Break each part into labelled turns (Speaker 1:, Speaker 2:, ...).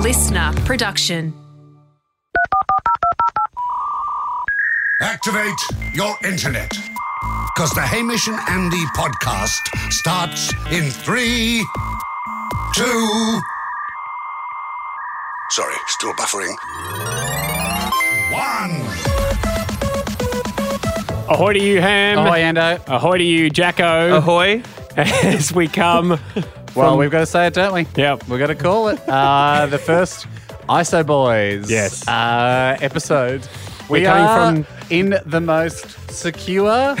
Speaker 1: listener production.
Speaker 2: Activate your internet. Because the Hamish and Andy podcast starts in three, two. Sorry, still buffering. One.
Speaker 3: Ahoy to you, Ham.
Speaker 4: Ahoy, Oh, Ando.
Speaker 3: Ahoy to you, Jacko.
Speaker 4: Ahoy.
Speaker 3: As we come.
Speaker 4: Well, we've got to say it, don't we?
Speaker 3: Yep.
Speaker 4: We've got to call it. Uh, the first ISO Boys
Speaker 3: Yes.
Speaker 4: uh, episode.
Speaker 3: We're
Speaker 4: we
Speaker 3: coming
Speaker 4: are
Speaker 3: from-
Speaker 4: in the most secure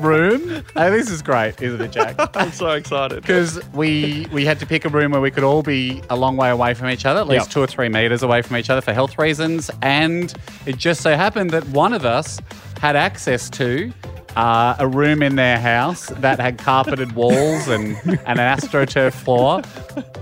Speaker 4: room. Hey, this is great, isn't it, Jack?
Speaker 5: I'm so excited.
Speaker 4: Because we we had to pick a room where we could all be a long way away from each other, at least
Speaker 3: Yep.
Speaker 4: two or three meters away from each other for health reasons. And it just so happened that one of us had access to uh, a room in their house that had carpeted walls and, and an astroturf floor.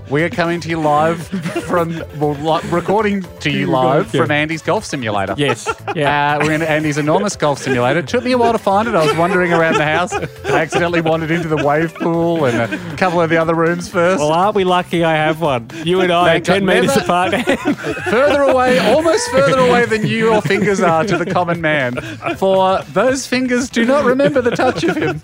Speaker 4: We are coming to you live from, well, li- recording to you live
Speaker 3: Yeah.
Speaker 4: from Andy's golf simulator.
Speaker 3: Yes. Yeah.
Speaker 4: Uh, we're in Andy's enormous golf simulator. It took me a while to find it. I was wandering around the house. I accidentally wandered into the wave pool and a couple of the other rooms first.
Speaker 3: well, aren't we lucky I have one? You and I are
Speaker 4: Thank God.
Speaker 3: 10 metres
Speaker 4: Never-
Speaker 3: apart.
Speaker 4: further away, almost further away than you or fingers are to the common man. For those fingers do not remember the touch of him.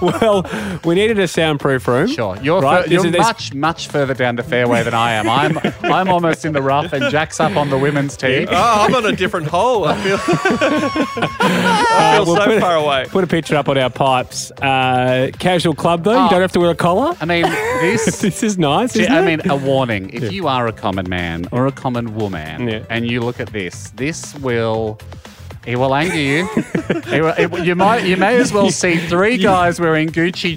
Speaker 3: well, we needed a soundproof room.
Speaker 4: Sure, you're,
Speaker 3: Right,
Speaker 4: fur-
Speaker 3: this
Speaker 4: you're
Speaker 3: is- this-
Speaker 4: much, much further down the fairway than I am. I'm, I'm almost in the rough, and Jack's up on the women's tee.
Speaker 5: Oh, I'm on a different hole. I feel, I
Speaker 4: Uh,
Speaker 5: feel
Speaker 3: we'll put
Speaker 5: so
Speaker 3: it-
Speaker 5: far away.
Speaker 3: Put a picture up on our pipes. Uh, casual club, though.
Speaker 4: Oh.
Speaker 3: You don't have to wear a collar.
Speaker 4: I mean, this
Speaker 3: This is nice.
Speaker 4: Yeah,
Speaker 3: Isn't
Speaker 4: I
Speaker 3: it?
Speaker 4: mean, a warning. If you are a common man or a common woman
Speaker 3: Yeah.
Speaker 4: and you look at this, this will. It will anger you. It will- it will- you might, you may as well see three guys wearing Gucci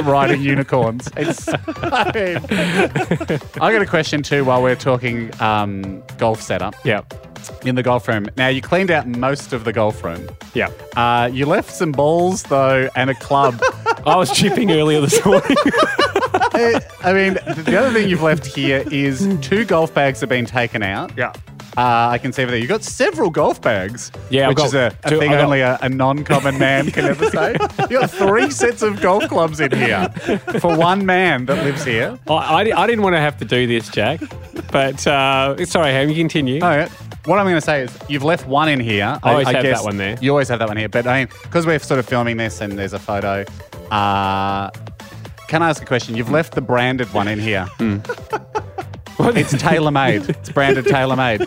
Speaker 4: riding unicorns. It's. I mean, I got a question too while we're talking um, golf setup
Speaker 3: Yeah.
Speaker 4: in the golf room. Now you cleaned out most of the golf room.
Speaker 3: Yeah.
Speaker 4: Uh, you left some balls though and a club.
Speaker 3: I was chipping earlier this morning.
Speaker 4: I I mean, th- the other thing you've left here is two golf bags have been taken out.
Speaker 3: Yeah.
Speaker 4: Uh, I can see over there. You've got several golf bags.
Speaker 3: Yeah, I've
Speaker 4: which
Speaker 3: got
Speaker 4: is a, a
Speaker 3: two-
Speaker 4: thing
Speaker 3: I've got-
Speaker 4: only a, a non-common man can ever say. You've got three sets of golf clubs in here for one man that lives here.
Speaker 3: I, I, di- I didn't want to have to do this, Jack. But uh, sorry, Ham, you continue.
Speaker 4: No, what I'm going to say is you've left one in here.
Speaker 3: I always have that one there.
Speaker 4: You always have that one here. But I mean, because we're sort of filming this and there's a photo, uh, can I ask a question? You've left the branded one in here.
Speaker 3: Hmm.
Speaker 4: it's tailor made. It's branded tailor made.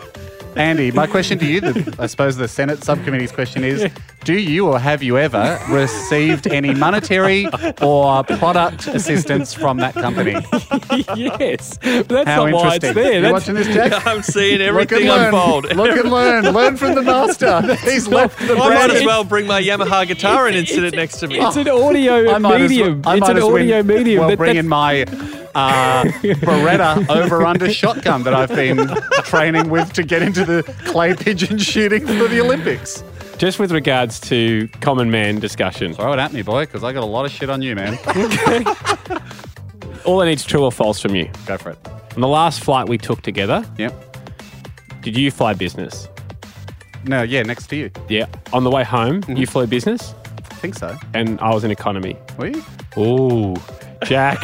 Speaker 4: Andy, my question to you, the, I suppose the Senate subcommittee's question is Do you or have you ever received any monetary or product assistance from that company?
Speaker 3: yes. But that's
Speaker 4: How
Speaker 3: not why it's
Speaker 4: interesting.
Speaker 3: there.
Speaker 4: You
Speaker 3: That's-
Speaker 4: watching this, Jack?
Speaker 5: I'm seeing
Speaker 4: Look and
Speaker 5: everything
Speaker 4: learn.
Speaker 5: unfold.
Speaker 4: Look and learn. Learn from the master. He's left the
Speaker 5: I might
Speaker 4: brand.
Speaker 5: as well bring my Yamaha guitar and
Speaker 3: It's-
Speaker 5: incident
Speaker 3: it's-
Speaker 5: next to me.
Speaker 4: Oh.
Speaker 3: It's an audio
Speaker 4: I might as well-
Speaker 3: medium.
Speaker 4: I
Speaker 3: it's
Speaker 4: might
Speaker 3: an
Speaker 4: as well-
Speaker 3: audio medium.
Speaker 4: Well,
Speaker 3: That-
Speaker 4: bring in
Speaker 3: that's-
Speaker 4: my uh, Beretta over under shotgun that I've been training with to get into the clay pigeon shooting for the Olympics.
Speaker 3: just with regards to common man discussion,
Speaker 4: Throw it at me, boy, because I got a lot of shit on you, man.
Speaker 3: all I need's true or false from you.
Speaker 4: Go for it.
Speaker 3: On the last flight we took together,
Speaker 4: Yep.
Speaker 3: did you fly business?
Speaker 4: No, yeah, next to you.
Speaker 3: Yeah. On the way home,
Speaker 4: Mm-hmm.
Speaker 3: you flew business,
Speaker 4: I think so.
Speaker 3: and I was in economy.
Speaker 4: Were you?
Speaker 3: Ooh, Jack.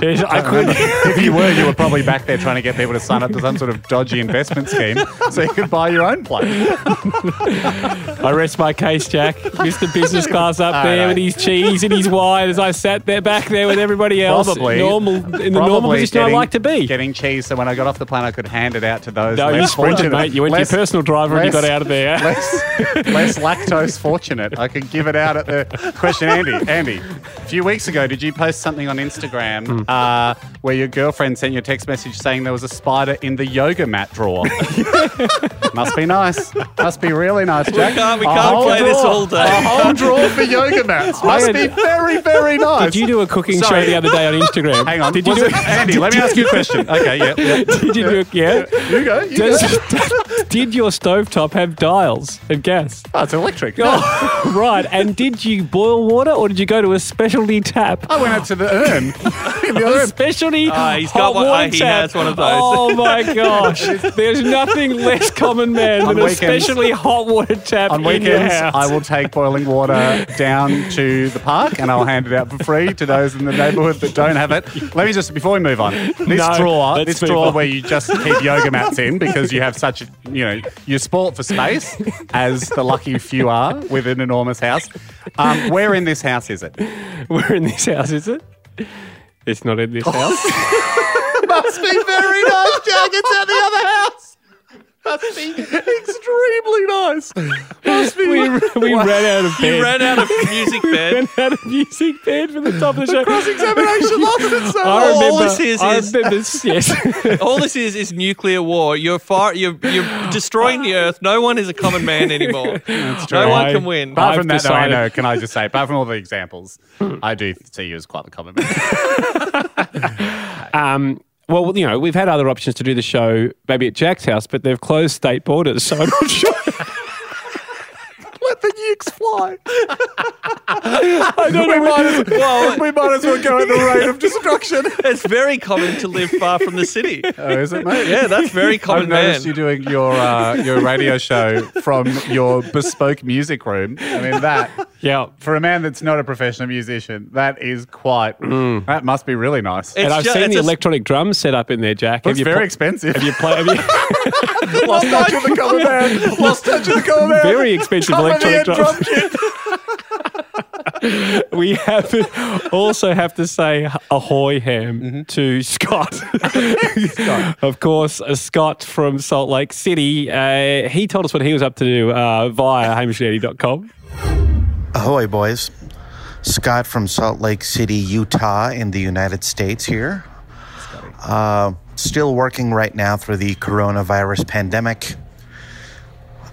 Speaker 3: There's- I could.
Speaker 4: if you were, you were probably back there trying to get people to sign up to some sort of dodgy investment scheme so you could buy your own plane.
Speaker 3: I rest my case, Jack. Mr. Business Class up
Speaker 4: All
Speaker 3: there
Speaker 4: right.
Speaker 3: with his cheese and his wine as I sat there back there with everybody else.
Speaker 4: Probably.
Speaker 3: normal in the normal
Speaker 4: Probably
Speaker 3: position I
Speaker 4: getting-
Speaker 3: like to be.
Speaker 4: Getting cheese so when I got off the plane, I could hand it out to those.
Speaker 3: no, you
Speaker 4: less
Speaker 3: sprinted,
Speaker 4: fortunate.
Speaker 3: mate. You went
Speaker 4: Less-
Speaker 3: to your personal driver and you
Speaker 4: less-
Speaker 3: got out of there.
Speaker 4: less, less lactose fortunate. I could give it out at the question, Andy. Andy, a few weeks ago, did you post something on Instagram
Speaker 3: Hmm.
Speaker 4: uh, where your girlfriend sent you a text message saying there was a spider in the yoga mat drawer? Must be nice. Must be really nice, Jack.
Speaker 5: can't- we
Speaker 4: A
Speaker 5: can't
Speaker 4: whole
Speaker 5: play this
Speaker 4: drawer-
Speaker 5: all day.
Speaker 4: A whole drawer for yoga mats. Must
Speaker 3: had-
Speaker 4: be very, very nice.
Speaker 3: Did you do a cooking
Speaker 4: Sorry.
Speaker 3: show the other day on Instagram?
Speaker 4: Hang on.
Speaker 3: Did you
Speaker 4: Was
Speaker 3: do
Speaker 4: it- Andy, let me ask you a question. Okay, yeah. yeah.
Speaker 3: Did you do a, yeah?
Speaker 4: You go. You go.
Speaker 3: Does, did your stovetop have dials and gas?
Speaker 4: Oh, it's electric.
Speaker 3: Oh, right. And did you boil water or did you go to a specialty tap?
Speaker 4: I went up to the urn. in the other end.
Speaker 3: specialty
Speaker 5: Ah, he's
Speaker 3: hot
Speaker 5: got one-
Speaker 3: water
Speaker 5: ah, he
Speaker 3: tap.
Speaker 5: has one of those.
Speaker 3: Oh my gosh! There's nothing less common, man,
Speaker 4: On
Speaker 3: than a
Speaker 4: weekends-
Speaker 3: specialty hot water tap
Speaker 4: On
Speaker 3: in your
Speaker 4: weekends,
Speaker 3: house.
Speaker 4: I will take boiling water down to the park and I'll hand it out for free to those in the neighbourhood that don't have it. Let me just, before we move on, this
Speaker 3: No,
Speaker 4: drawer,
Speaker 3: let's
Speaker 4: this
Speaker 3: move
Speaker 4: drawer
Speaker 3: on.
Speaker 4: where you just keep yoga mats in because you have such, a, you know, you sport for space, as the lucky few are with an enormous house. Um, where in this house is it?
Speaker 3: We're in this house, is it? It's not in this house.
Speaker 4: Must be very nice, Jack. It's at the other house. Must be extremely nice. Must be.
Speaker 3: We, we ran out of bed.
Speaker 5: You ran out of music bed.
Speaker 3: ran out of music bed for the top of the show.
Speaker 4: Cross-examination lost it so
Speaker 3: I
Speaker 5: All
Speaker 3: remember.
Speaker 5: this is-
Speaker 3: I
Speaker 5: is-
Speaker 3: remember. yes.
Speaker 5: All this is is nuclear war. You're far. You're you're destroying the earth. No one is a common man anymore. No
Speaker 4: true.
Speaker 5: one
Speaker 3: I-
Speaker 5: can win.
Speaker 4: Apart
Speaker 3: I've
Speaker 4: from that, though, I
Speaker 3: decided-
Speaker 4: know, can I just say, apart from all the examples, I do see you as quite the common man.
Speaker 3: um, well, you know, we've had other options to do the show, maybe at Jack's house, but they've closed state borders, so I'm not sure.
Speaker 4: Let the nukes fly.
Speaker 3: I don't know.
Speaker 4: might
Speaker 3: whether-
Speaker 4: as well,
Speaker 5: Well,
Speaker 4: we might as well go at the rate of destruction.
Speaker 5: it's very common to live far from the city.
Speaker 4: Oh, is it, mate?
Speaker 5: Yeah, that's very common
Speaker 4: I've
Speaker 5: man.
Speaker 4: noticed you doing your uh, your radio show from your bespoke music room. I mean that
Speaker 3: Yeah.
Speaker 4: for a man that's not a professional musician, that is quite. That must be really nice.
Speaker 5: It's
Speaker 3: and I've
Speaker 5: ju-
Speaker 3: seen
Speaker 5: it's
Speaker 3: the
Speaker 5: a-
Speaker 3: electronic drums set up in there, Jack.
Speaker 4: It's
Speaker 3: you
Speaker 4: very
Speaker 3: pl-
Speaker 4: expensive.
Speaker 3: Have you played? Have you-
Speaker 4: lost touch with the cover band? Lost touch with the cover band.
Speaker 3: Very expensive
Speaker 4: Cover the
Speaker 3: electronic
Speaker 4: end drum
Speaker 3: drums. we have to also have to say ahoy ham to Scott. of course, uh, Scott from Salt Lake City. Uh, he told us what he was up to do uh, via hamishandy.com.
Speaker 1: Ahoy, boys. Scott from Salt Lake City, Utah, in the United States here. Uh, still working right now through the coronavirus pandemic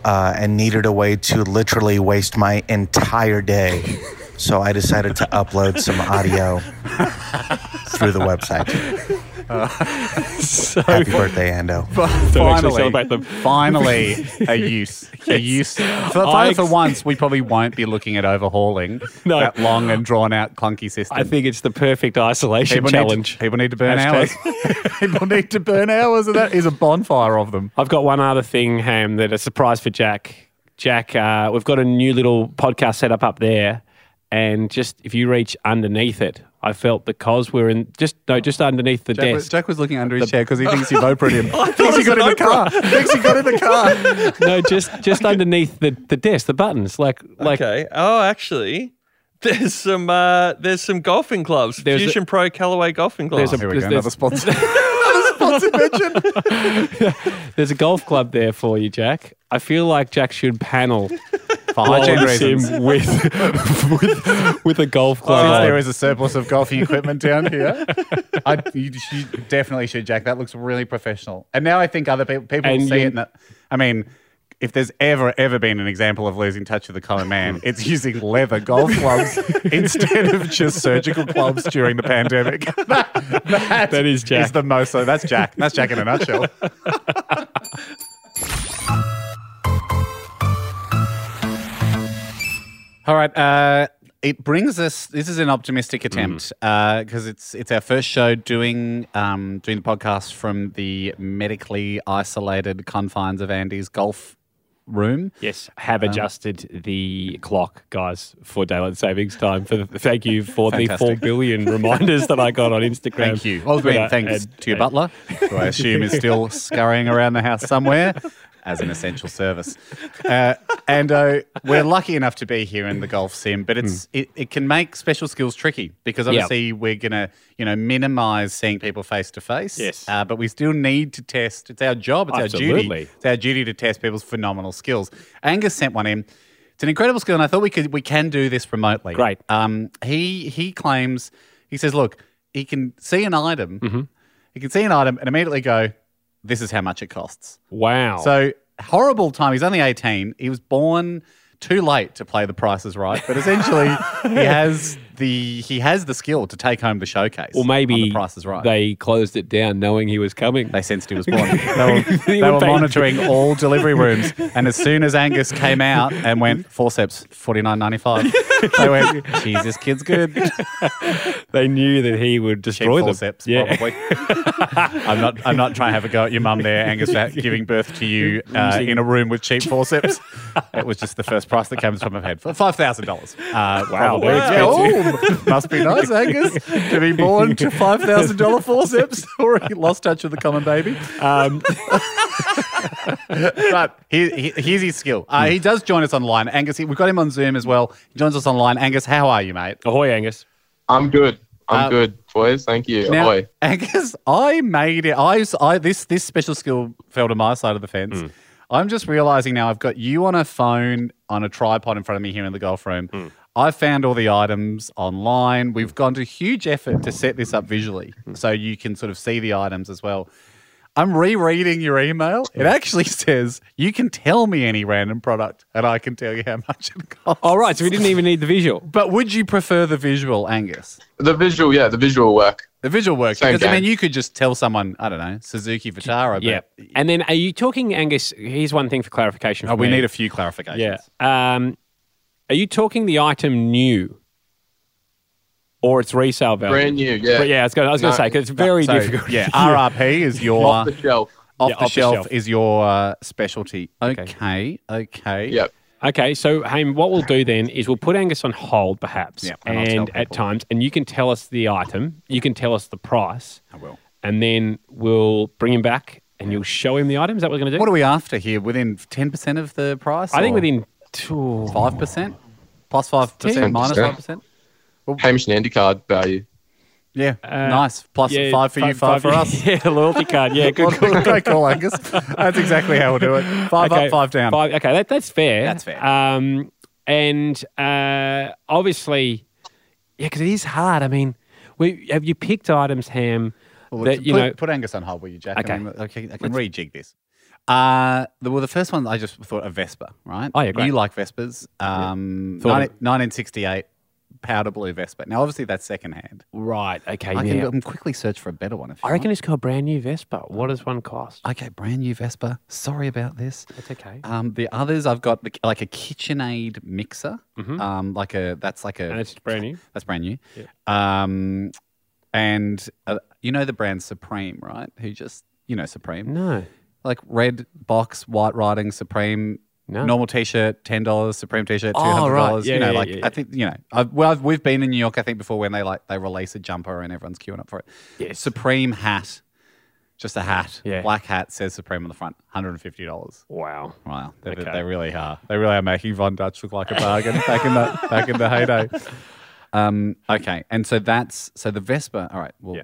Speaker 1: uh, and needed a way to literally waste my entire day. So I decided to upload some audio through the website. Happy birthday, Ando.
Speaker 3: Don't
Speaker 4: finally,
Speaker 3: actually celebrate them.
Speaker 4: Finally, a use. A use. For,
Speaker 3: I
Speaker 4: for
Speaker 3: ex-
Speaker 4: once, we probably won't be looking at overhauling
Speaker 3: No.
Speaker 4: that long and drawn out clunky system.
Speaker 3: I think it's the perfect isolation
Speaker 4: people
Speaker 3: challenge.
Speaker 4: Need to, people need to burn
Speaker 3: Hashtag.
Speaker 4: hours. people need to burn hours, and that is a bonfire of them.
Speaker 3: I've got one other thing, Ham, that a surprise for Jack. Jack, uh, we've got a new little podcast set up up there, and just if you reach underneath it, I felt because we're in just no, just underneath the
Speaker 4: Jack was,
Speaker 3: desk.
Speaker 4: Jack was looking under his chair because he thinks you've opened him. thinks
Speaker 5: it
Speaker 4: he
Speaker 5: was
Speaker 4: got in
Speaker 5: an
Speaker 4: the car. thinks he got in the car.
Speaker 3: no, just just underneath the, the desk, the buttons, like like
Speaker 5: okay. Oh, actually, there's some uh, there's some golfing clubs.
Speaker 3: There's a-
Speaker 5: Fusion Pro Callaway golfing clubs.
Speaker 3: There's a-
Speaker 4: Here we go.
Speaker 3: There's-
Speaker 4: Another sponsor. another sponsor mentioned.
Speaker 3: there's a golf club there for you, Jack. I feel like Jack should panel
Speaker 4: For
Speaker 3: Rollins
Speaker 4: hygiene reasons.
Speaker 3: him with, with with a golf
Speaker 4: Since
Speaker 3: club.
Speaker 4: there
Speaker 3: on.
Speaker 4: is a surplus of golfing equipment down here, I, you, you definitely should, Jack. That looks really professional. And now I think other people people
Speaker 3: And
Speaker 4: see
Speaker 3: you-
Speaker 4: it. And that, I mean, if there's ever ever been an example of losing touch with the common man, it's using leather golf clubs instead of just surgical clubs during the pandemic. that,
Speaker 3: That is Jack.
Speaker 4: the most. So that's Jack. That's Jack in a nutshell. All right. Uh, it brings us. This is an optimistic attempt because it's it's our first show doing um, doing the podcast from the medically isolated confines of Andy's golf room.
Speaker 3: Yes,
Speaker 4: Um,
Speaker 3: have adjusted the clock, guys, for daylight savings time. For the, thank you for the four
Speaker 4: Fantastic.
Speaker 3: billion reminders that I got on Instagram. uh,
Speaker 4: Thank you. Well, I mean,
Speaker 3: Twitter,
Speaker 4: thanks
Speaker 3: and-
Speaker 4: to your
Speaker 3: and-
Speaker 4: butler, who I assume is still scurrying around the house somewhere as an essential service. Uh, and uh, we're lucky enough to be here in the golf sim, but it's
Speaker 3: Hmm.
Speaker 4: it, it can make special skills tricky because obviously we're gonna you know minimize seeing people face to face.
Speaker 3: Yes.
Speaker 4: uh, but we still need to test. It's our job. It's our
Speaker 3: Absolutely.
Speaker 4: duty. It's our duty to test people's phenomenal skills. Angus sent one in. It's an incredible skill, and I thought we could we can do this remotely.
Speaker 3: Great.
Speaker 4: Um, he he claims he says, look, he can see an item,
Speaker 3: Mm-hmm.
Speaker 4: he can see an item, and immediately go, this is how much it costs.
Speaker 3: Wow.
Speaker 4: So horrible time. He's only eighteen. He was born too late to play The Price Is Right, but essentially he has the he has the skill to take home the showcase.
Speaker 3: Or
Speaker 4: on
Speaker 3: maybe
Speaker 4: the Price is Right.
Speaker 3: they closed it down knowing he was coming.
Speaker 4: They sensed he was born. They were,
Speaker 3: He
Speaker 4: they were
Speaker 3: would pay-
Speaker 4: monitoring all delivery rooms, and as soon as Angus came out and went forceps forty nine ninety five, they went, "Jeez, this kid's good."
Speaker 3: They knew that he would
Speaker 4: Cheap
Speaker 3: destroy them.
Speaker 4: forceps, probably. I'm not. I'm not trying to have a go at your mum there, Angus, for giving birth to you uh, in a room with cheap forceps. It was just the first price that came from my head for five thousand dollars. Uh, wow,
Speaker 3: very
Speaker 4: oh, must be nice, Angus, to be born to five thousand dollar forceps, or he lost touch with the common baby.
Speaker 3: Um,
Speaker 4: but he, he, here's his skill. Uh, he does join us online. Angus, he, we've got him on Zoom as well. He joins us online. Angus, how are you, mate?
Speaker 3: ahoy, Angus.
Speaker 6: I'm good. I'm
Speaker 4: Uh,
Speaker 6: good, boys. Thank you.
Speaker 4: Now,
Speaker 6: Ahoy.
Speaker 4: Angus, I made it. I, I this this special skill fell to my side of the fence.
Speaker 3: Hmm.
Speaker 4: I'm just realizing now I've got you on a phone on a tripod in front of me here in the golf room.
Speaker 3: Hmm.
Speaker 4: I found all the items online. We've gone to huge effort to set this up visually
Speaker 3: Hmm.
Speaker 4: so you can sort of see the items as well. I'm rereading your email.
Speaker 3: Hmm.
Speaker 4: It actually says you can tell me any random product and I can tell you how much it costs.
Speaker 3: All right, so we didn't even need the visual.
Speaker 4: But would you prefer the visual, Angus?
Speaker 6: The visual, yeah, the visual work.
Speaker 4: The visual work.
Speaker 6: Same
Speaker 4: Because, I mean,
Speaker 6: game.
Speaker 4: you could just tell someone, I don't know, Suzuki Vitara. but-
Speaker 3: And then are you talking, Angus? Here's one thing for clarification.
Speaker 4: Oh,
Speaker 3: for
Speaker 4: we
Speaker 3: me.
Speaker 4: need a few clarifications.
Speaker 3: Yeah. Um, are you talking the item new or its resale value?
Speaker 6: Brand new, yeah.
Speaker 3: But yeah, I was going, I was going
Speaker 6: No.
Speaker 3: to say, 'cause it's very
Speaker 4: So,
Speaker 3: difficult.
Speaker 4: yeah. RRP is your
Speaker 6: Off
Speaker 4: off
Speaker 6: the shelf.
Speaker 4: the,
Speaker 3: Yeah, off the
Speaker 4: shelf,
Speaker 3: shelf.
Speaker 4: is your uh, specialty.
Speaker 3: Okay.
Speaker 4: Okay. Okay.
Speaker 6: Yep.
Speaker 3: Okay, so Haim, what we'll do then is we'll put Angus on hold, perhaps,
Speaker 4: Yeah, and I'll tell
Speaker 3: and at
Speaker 4: people.
Speaker 3: times, and you can tell us the item, you can tell us the price,
Speaker 4: I will.
Speaker 3: and then we'll bring him back and you'll show him the item. Is that what we're going to do?
Speaker 4: What are we after here? Within 10% of the price?
Speaker 3: I think
Speaker 4: or
Speaker 3: within two.
Speaker 4: 5%? Plus 5%,
Speaker 3: 10%.
Speaker 4: minus 5%?
Speaker 6: Hamish and Andy card value.
Speaker 4: Yeah. nice. Plus
Speaker 3: Uh, Yeah,
Speaker 4: 5 for you, 5, for us.
Speaker 3: Yeah, loyalty card. Yeah, good. call.
Speaker 4: Great call, Angus. That's exactly how we'll do it. Five up, five down.
Speaker 3: Five, okay, that, that's fair.
Speaker 4: That's fair.
Speaker 3: Um, and uh, obviously, yeah, because it is hard. I mean, we have you picked items, Ham,
Speaker 4: Well,
Speaker 3: that
Speaker 4: put,
Speaker 3: you know.
Speaker 4: put Angus on hold, will you, Jack?
Speaker 3: Okay.
Speaker 4: And then I can, I can rejig this. Uh, the, well, the first one I just thought a Vespa, right?
Speaker 3: Oh, yeah, great.
Speaker 4: You like Vespas? Um,
Speaker 3: Thought
Speaker 4: 19-
Speaker 3: it-
Speaker 4: 1968 powder blue Vespa. Now, obviously, that's secondhand.
Speaker 3: right. Okay.
Speaker 4: I can
Speaker 3: Uh, yeah.
Speaker 4: I can quickly search for a better one. If you
Speaker 3: I reckon
Speaker 4: want.
Speaker 3: it's called brand new Vespa. What does one cost?
Speaker 4: Okay, brand new Vespa. Sorry about this.
Speaker 3: That's okay.
Speaker 4: Um, the others I've got the- like a KitchenAid mixer. Um, like a that's like a
Speaker 3: Mm-hmm. Hmm. And it's brand new.
Speaker 4: that's brand new. Um, and uh, you know the brand Supreme, right? Who just you know Supreme?
Speaker 3: No.
Speaker 4: like red box, white writing, Supreme,
Speaker 3: No.
Speaker 4: normal T-shirt, ten dollars, Supreme T-shirt, two
Speaker 3: Oh,
Speaker 4: hundred
Speaker 3: right.
Speaker 4: dollars.
Speaker 3: Yeah,
Speaker 4: you know,
Speaker 3: yeah,
Speaker 4: like
Speaker 3: yeah, yeah.
Speaker 4: I think you know. I've, well, I've, we've been in New York, I think, before when they like they release a jumper and everyone's queuing up for it.
Speaker 3: Yes.
Speaker 4: Supreme hat, just a hat,
Speaker 3: Yeah.
Speaker 4: black hat says Supreme on the front, one hundred and fifty dollars.
Speaker 3: Wow.
Speaker 4: Wow, they,
Speaker 3: Okay.
Speaker 4: they really are. They really are making Von Dutch look like a bargain back in the back in the heyday. Um, okay, and so that's so the Vespa. All right, well,
Speaker 3: Yeah.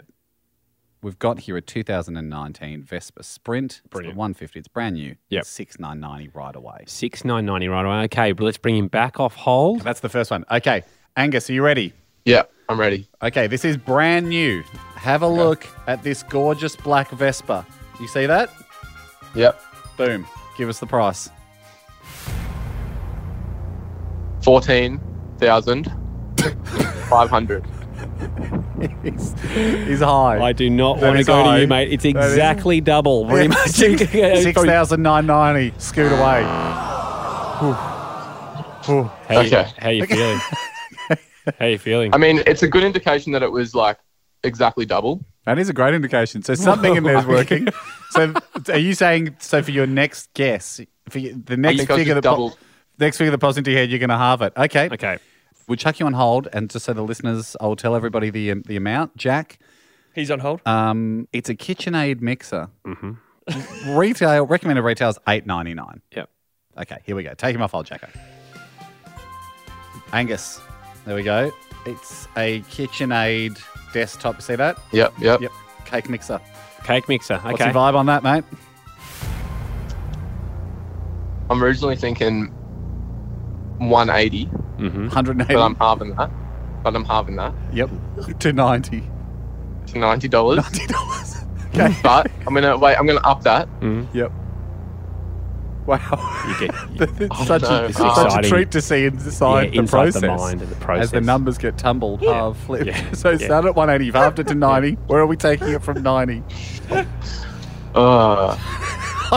Speaker 4: we've got here a 2019 Vespa Sprint. It's
Speaker 3: Brilliant.
Speaker 4: the 150. It's brand new.
Speaker 3: Yep.
Speaker 4: It's 6990 right away.
Speaker 3: Six nine ninety right away. Okay, but let's bring him back off hold.
Speaker 4: That's the first one. Okay, Angus, are you ready?
Speaker 6: Yeah, I'm ready.
Speaker 4: Okay, this is brand new. Have a look at this gorgeous black Vespa. You see that?
Speaker 6: Yep.
Speaker 4: Boom. Give us the price.
Speaker 6: Fourteen thousand five hundred.
Speaker 4: he's, he's high.
Speaker 3: I do not
Speaker 4: That
Speaker 3: want to
Speaker 4: is
Speaker 3: go
Speaker 4: high.
Speaker 3: to you, mate. It's
Speaker 4: That is-
Speaker 3: exactly double, pretty much.
Speaker 4: Six thousand nine ninety. Scoot away. Whew. Whew.
Speaker 3: How you,
Speaker 6: Okay.
Speaker 3: how you feeling? how you feeling?
Speaker 6: I mean, it's a good indication that it was like exactly double.
Speaker 4: That is a great indication. So something in there's working. So are you saying so for your next guess, for y- the next
Speaker 6: think I'll
Speaker 4: figure
Speaker 6: just
Speaker 4: that
Speaker 6: double-
Speaker 4: po- next figure that pops into your head, you're going to halve it. Okay.
Speaker 3: okay.
Speaker 4: We'll chuck you on hold, and just so the listeners, I'll tell everybody the um, the amount. Jack,
Speaker 5: He's on hold.
Speaker 4: um, it's a KitchenAid mixer. Retail recommended retail is eight ninety nine.
Speaker 3: Yep.
Speaker 4: Okay, here we go. Take him off, old Jacko. Angus, there we go. It's a KitchenAid desktop. See that?
Speaker 6: Yep. Yep.
Speaker 4: Yep. Cake mixer.
Speaker 3: Cake mixer. Okay.
Speaker 4: What's your vibe on that, mate?
Speaker 6: I'm originally thinking one eighty,
Speaker 3: mm-hmm.
Speaker 4: 180.
Speaker 6: but I'm halving that. But I'm halving that
Speaker 4: yep. 290.
Speaker 6: to ninety dollars.
Speaker 4: $90. okay.
Speaker 6: But I'm gonna wait. I'm gonna up that
Speaker 4: Yep. Wow.
Speaker 3: You get
Speaker 4: It's such,
Speaker 6: Oh,
Speaker 4: a,
Speaker 6: no. It's
Speaker 4: such a
Speaker 3: exciting.
Speaker 4: treat to see inside,
Speaker 3: yeah,
Speaker 4: the,
Speaker 3: inside
Speaker 4: process
Speaker 3: the mind and the process.
Speaker 4: as the numbers get tumbled. Yeah. flipped.
Speaker 3: Yeah.
Speaker 4: So it
Speaker 3: Yeah.
Speaker 4: started at 180, halved it to 90. Where are we taking it from 90?
Speaker 6: Uh,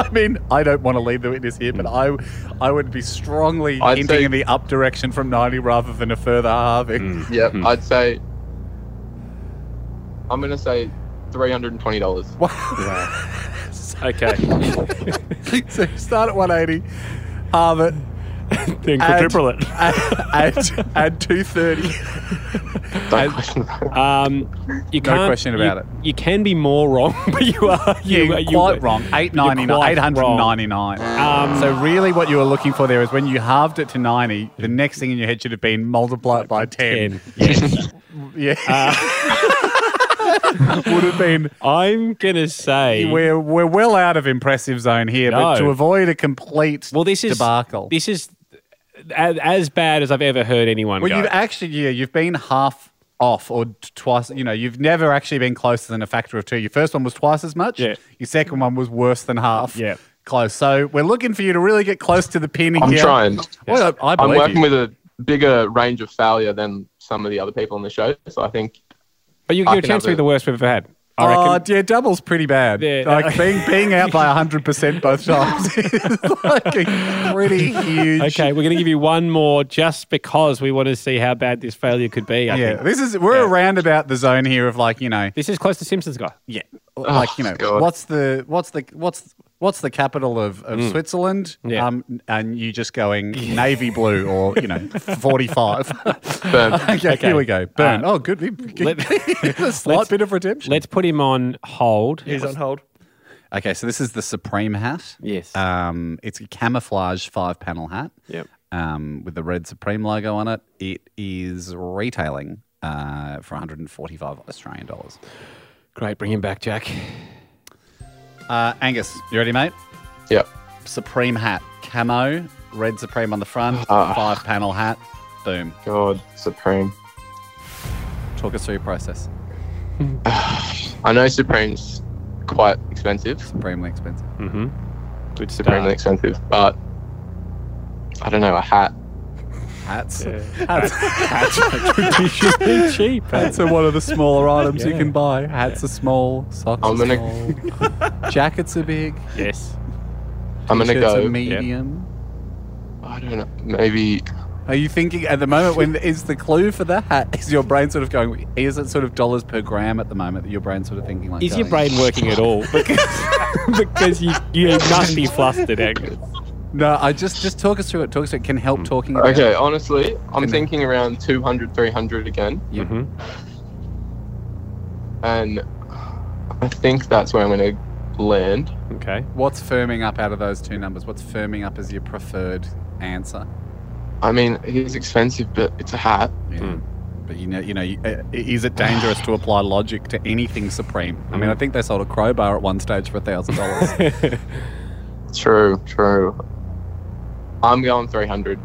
Speaker 4: I mean, I don't want to lead the witness here, but I,
Speaker 3: Hmm.
Speaker 4: I would be strongly
Speaker 6: I'd
Speaker 4: hinting
Speaker 6: say-
Speaker 4: in the up direction from 90 rather than a further halving.
Speaker 6: yep. I'd say. I'm gonna say three hundred and twenty dollars.
Speaker 3: Hmm. Okay.
Speaker 4: so you start at 180, halve it,
Speaker 3: then quadruple it.
Speaker 4: add, add 230.
Speaker 6: Don't question that.
Speaker 3: Um, you
Speaker 4: No
Speaker 3: can't,
Speaker 4: question about
Speaker 3: you-
Speaker 4: it.
Speaker 3: You can be more wrong, but you are you,
Speaker 4: You're
Speaker 3: are- you
Speaker 4: quite wrong.
Speaker 3: but you're
Speaker 4: 899,
Speaker 3: quite wrong.
Speaker 4: 899.
Speaker 3: Um,
Speaker 4: so really what you were looking for there is when you halved it to 90, the next thing in your head should have been multiplied by 10.
Speaker 3: Mm. Ten. Uh. Yes.
Speaker 4: Yeah. Would have been...
Speaker 3: I'm gonna say
Speaker 4: We're, we're well out of impressive zone here, but
Speaker 3: No.
Speaker 4: to avoid a complete
Speaker 3: well. This is
Speaker 4: debacle.
Speaker 3: This is as, as bad as I've ever heard anyone
Speaker 4: well,
Speaker 3: go.
Speaker 4: you've actually, yeah, you've been half off or t- twice, you know, you've never actually been closer than a factor of two. Your first one was twice as much.
Speaker 3: Yeah.
Speaker 4: Your second one was worse than half.
Speaker 3: Yeah.
Speaker 4: Close. So we're looking for you to really get close to the pin
Speaker 6: I'm
Speaker 4: here.
Speaker 6: trying.
Speaker 4: Well, I, I
Speaker 6: I'm
Speaker 4: believe
Speaker 6: working
Speaker 4: you.
Speaker 6: with a bigger range of failure than some of the other people on the show, so I think
Speaker 3: but you,
Speaker 6: I
Speaker 3: you're
Speaker 6: can
Speaker 3: tend to be
Speaker 6: have
Speaker 3: the
Speaker 6: it.
Speaker 3: worst we've ever had. I
Speaker 4: Oh,
Speaker 3: reckon.
Speaker 4: yeah, double's pretty bad.
Speaker 3: Yeah.
Speaker 4: Like being being out by 100% both times is like a pretty huge.
Speaker 3: okay, we're gonna give you one more just because we want to see how bad this failure could be. I
Speaker 4: Yeah,
Speaker 3: think.
Speaker 4: this is we're
Speaker 3: Yeah.
Speaker 4: around about the zone here of like you know
Speaker 3: This is close to Simpsons guy.
Speaker 4: yeah like you know
Speaker 6: God.
Speaker 4: what's the what's the what's what's the capital of, of Switzerland
Speaker 3: Yeah.
Speaker 4: um and you just going navy blue or you know 45
Speaker 6: Bern.
Speaker 4: okay,
Speaker 3: Okay.
Speaker 4: here we go burn oh good
Speaker 3: let-
Speaker 4: a slight bit of redemption
Speaker 3: Let's put him on hold.
Speaker 5: He's on hold.
Speaker 4: okay so this is the supreme hat
Speaker 3: Yes.
Speaker 4: um it's a camouflage five panel hat
Speaker 3: Yep.
Speaker 4: um, with the red Supreme logo on it. It is retailing uh, for 145 Australian dollars.
Speaker 3: Great, bring him back, Jack.
Speaker 4: Uh, Angus, you ready, mate?
Speaker 6: Yep.
Speaker 4: Supreme hat, camo, red Supreme on the front,
Speaker 6: Ah.
Speaker 4: five panel hat. Boom.
Speaker 6: God, Supreme.
Speaker 4: Talk us through your process.
Speaker 6: I know Supreme's quite expensive,
Speaker 4: Supremely expensive.
Speaker 3: Mm-hmm. Good
Speaker 6: supremely
Speaker 3: start.
Speaker 6: expensive, but I don't know a hat.
Speaker 4: Hats.
Speaker 3: Yeah.
Speaker 4: Hats.
Speaker 3: you should be cheap.
Speaker 4: Hats are one of the smaller items
Speaker 3: Yeah.
Speaker 4: you can buy. Hats are small, socks
Speaker 6: I'm
Speaker 4: are
Speaker 6: gonna-
Speaker 4: small, jackets are big,
Speaker 3: Yes.
Speaker 6: I'm gonna
Speaker 4: t-shirts are
Speaker 6: go.
Speaker 4: medium.
Speaker 6: I don't know. Maybe
Speaker 4: Are you thinking at the moment when is the clue for the hat? Is your brain sort of going? Is it sort of dollars per gram at the moment that your brain's sort of thinking like?
Speaker 3: Is your
Speaker 4: going,
Speaker 3: brain working at all? Because, because you, you must be flustered, Angus.
Speaker 4: No, I just just talk us through it. Talk us through it. Can help talking. About
Speaker 6: Hmm. Okay,
Speaker 4: It.
Speaker 6: honestly, I'm thinking around 200, 300 again,
Speaker 4: Yeah.
Speaker 6: and I think that's where I'm going to land.
Speaker 3: Okay.
Speaker 4: What's firming up out of those two numbers? What's firming up as your preferred answer?
Speaker 6: I mean, it is expensive, but it's a hat.
Speaker 3: Hmm.
Speaker 4: Yeah. But you know, you know, you- uh, is it dangerous to apply logic to anything supreme? I mean, I think they sold a crowbar at one stage for a thousand dollars.
Speaker 6: True, true. I'm going 300.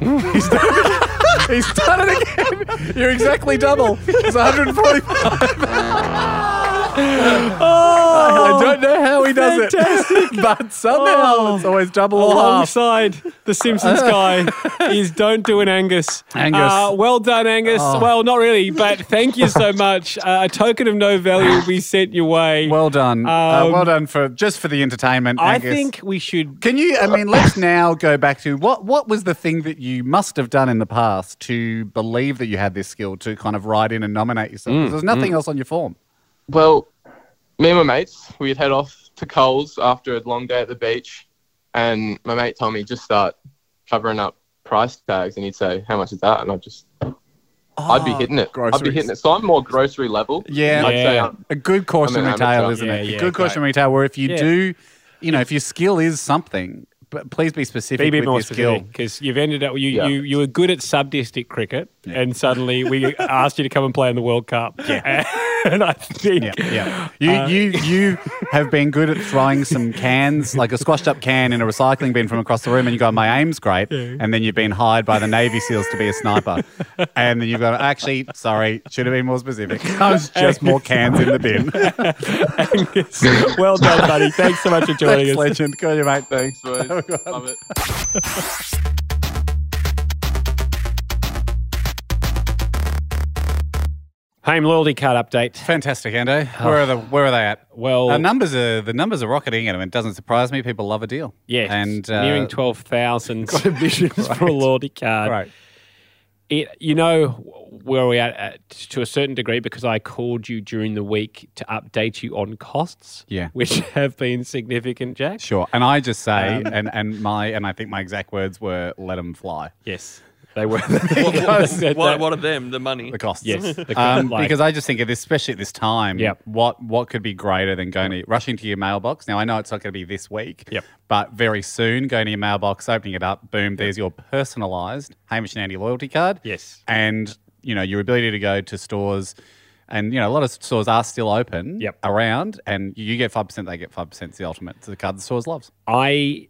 Speaker 4: He's done it again. You're exactly double. It's 145. I don't know how he does it, but somehow
Speaker 3: Oh.
Speaker 4: it's always double or half.
Speaker 3: Alongside the Simpsons guy is Don't Do an Angus.
Speaker 4: Angus.
Speaker 3: Uh, well done, Angus. Well, not really, but thank you so much. Uh, a token of no value will be sent your way.
Speaker 4: Well done. uh,
Speaker 3: Um,
Speaker 4: well done for just for the entertainment.
Speaker 3: I
Speaker 4: Angus.
Speaker 3: think we should.
Speaker 4: Can you? I mean, let's now go back to what what was the thing that you must have done in the past to believe that you had this skill to kind of write in and nominate yourself?
Speaker 3: Mm,
Speaker 4: 'Cause There's nothing else on your form.
Speaker 6: Well, me and my mates, we'd head off to Coles after a long day at the beach, and my mate told me just start covering up price tags, and he'd say, "How much is that?" And I'd just, I'd be hitting it. I'd be
Speaker 4: Ah, groceries.
Speaker 6: hitting it. So I'm more grocery level.
Speaker 4: Yeah.
Speaker 6: I'd say
Speaker 3: Yeah.
Speaker 6: I'm
Speaker 4: A good cautionary
Speaker 6: I'm an
Speaker 4: tale,
Speaker 6: amateur.
Speaker 4: isn't
Speaker 3: Yeah,
Speaker 4: it?
Speaker 3: yeah,
Speaker 4: a good
Speaker 3: great.
Speaker 4: cautionary tale where if you
Speaker 3: Yeah.
Speaker 4: do, you know, if your skill is something, but please be specific
Speaker 3: Be a bit
Speaker 4: with
Speaker 3: more
Speaker 4: your
Speaker 3: specific
Speaker 4: skill.
Speaker 3: because you've ended up you,
Speaker 6: Yeah.
Speaker 3: you you were good at sub district cricket and suddenly we asked you to come and play in the World Cup. Yeah. and I think
Speaker 4: Yeah, yeah. You,
Speaker 3: Uh,
Speaker 4: you, you have been good at throwing some cans, like a squashed up can in a recycling bin from across the room, and you go, "My aim's great," and then you've been hired by the Navy SEAls to be a sniper, and then you've got, "Actually, sorry, should have been more specific. I was just more cans in the bin."
Speaker 3: Angus, well done, buddy. Thanks so much for joining
Speaker 4: Thanks,
Speaker 3: us.
Speaker 4: legend. Good on you, mate.
Speaker 6: Thanks, mate. Love it.
Speaker 3: Home loyalty card update.
Speaker 4: Fantastic, Ando. Where are the Where are they at?
Speaker 3: Oh. Well-
Speaker 4: the numbers are the numbers are rocketing, and it doesn't surprise me. People love a deal.
Speaker 3: Yes,
Speaker 4: and uh,
Speaker 3: nearing twelve thousand submissions for a loyalty card.
Speaker 4: Right.
Speaker 3: it, you know where we at, at to a certain degree because I called you during the week to update you on costs,
Speaker 4: Yeah.
Speaker 3: which have been significant, Jack.
Speaker 4: Sure. And I just say,
Speaker 3: Um,
Speaker 4: and, and my and I think my exact words were, "Let them fly."
Speaker 3: Yes, they were.
Speaker 5: What, what, what,
Speaker 3: That-
Speaker 5: what of them? The money.
Speaker 4: The costs.
Speaker 3: Yes, the
Speaker 4: um,
Speaker 3: cost, like-
Speaker 4: because I just think, at this, especially at this time,
Speaker 3: Yep.
Speaker 4: what what could be greater than going to rushing to your mailbox? Now I know it's not going to be this week,
Speaker 3: Yep.
Speaker 4: but very soon, going to your mailbox, opening it up, boom, there's your personalised Hamish and Andy loyalty card.
Speaker 3: Yes.
Speaker 4: and you know your ability to go to stores. And you know a lot of stores are still open
Speaker 3: Yep.
Speaker 4: around, and you get five percent, they get five percent. The ultimate, it's the card the stores loves.
Speaker 3: I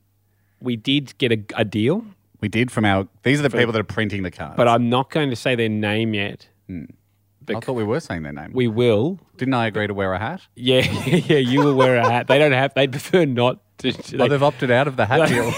Speaker 3: we did get a, a deal,
Speaker 4: We did from our. These are the people that are printing the cards.
Speaker 3: but I'm not going to say their name yet.
Speaker 4: I thought we were saying their name.
Speaker 3: We will.
Speaker 4: Didn't I agree to wear a hat?
Speaker 3: Yeah, yeah. You will wear a hat. They don't have. They prefer not to. to-
Speaker 4: Oh,
Speaker 3: they-
Speaker 4: they've opted out of the hat deal.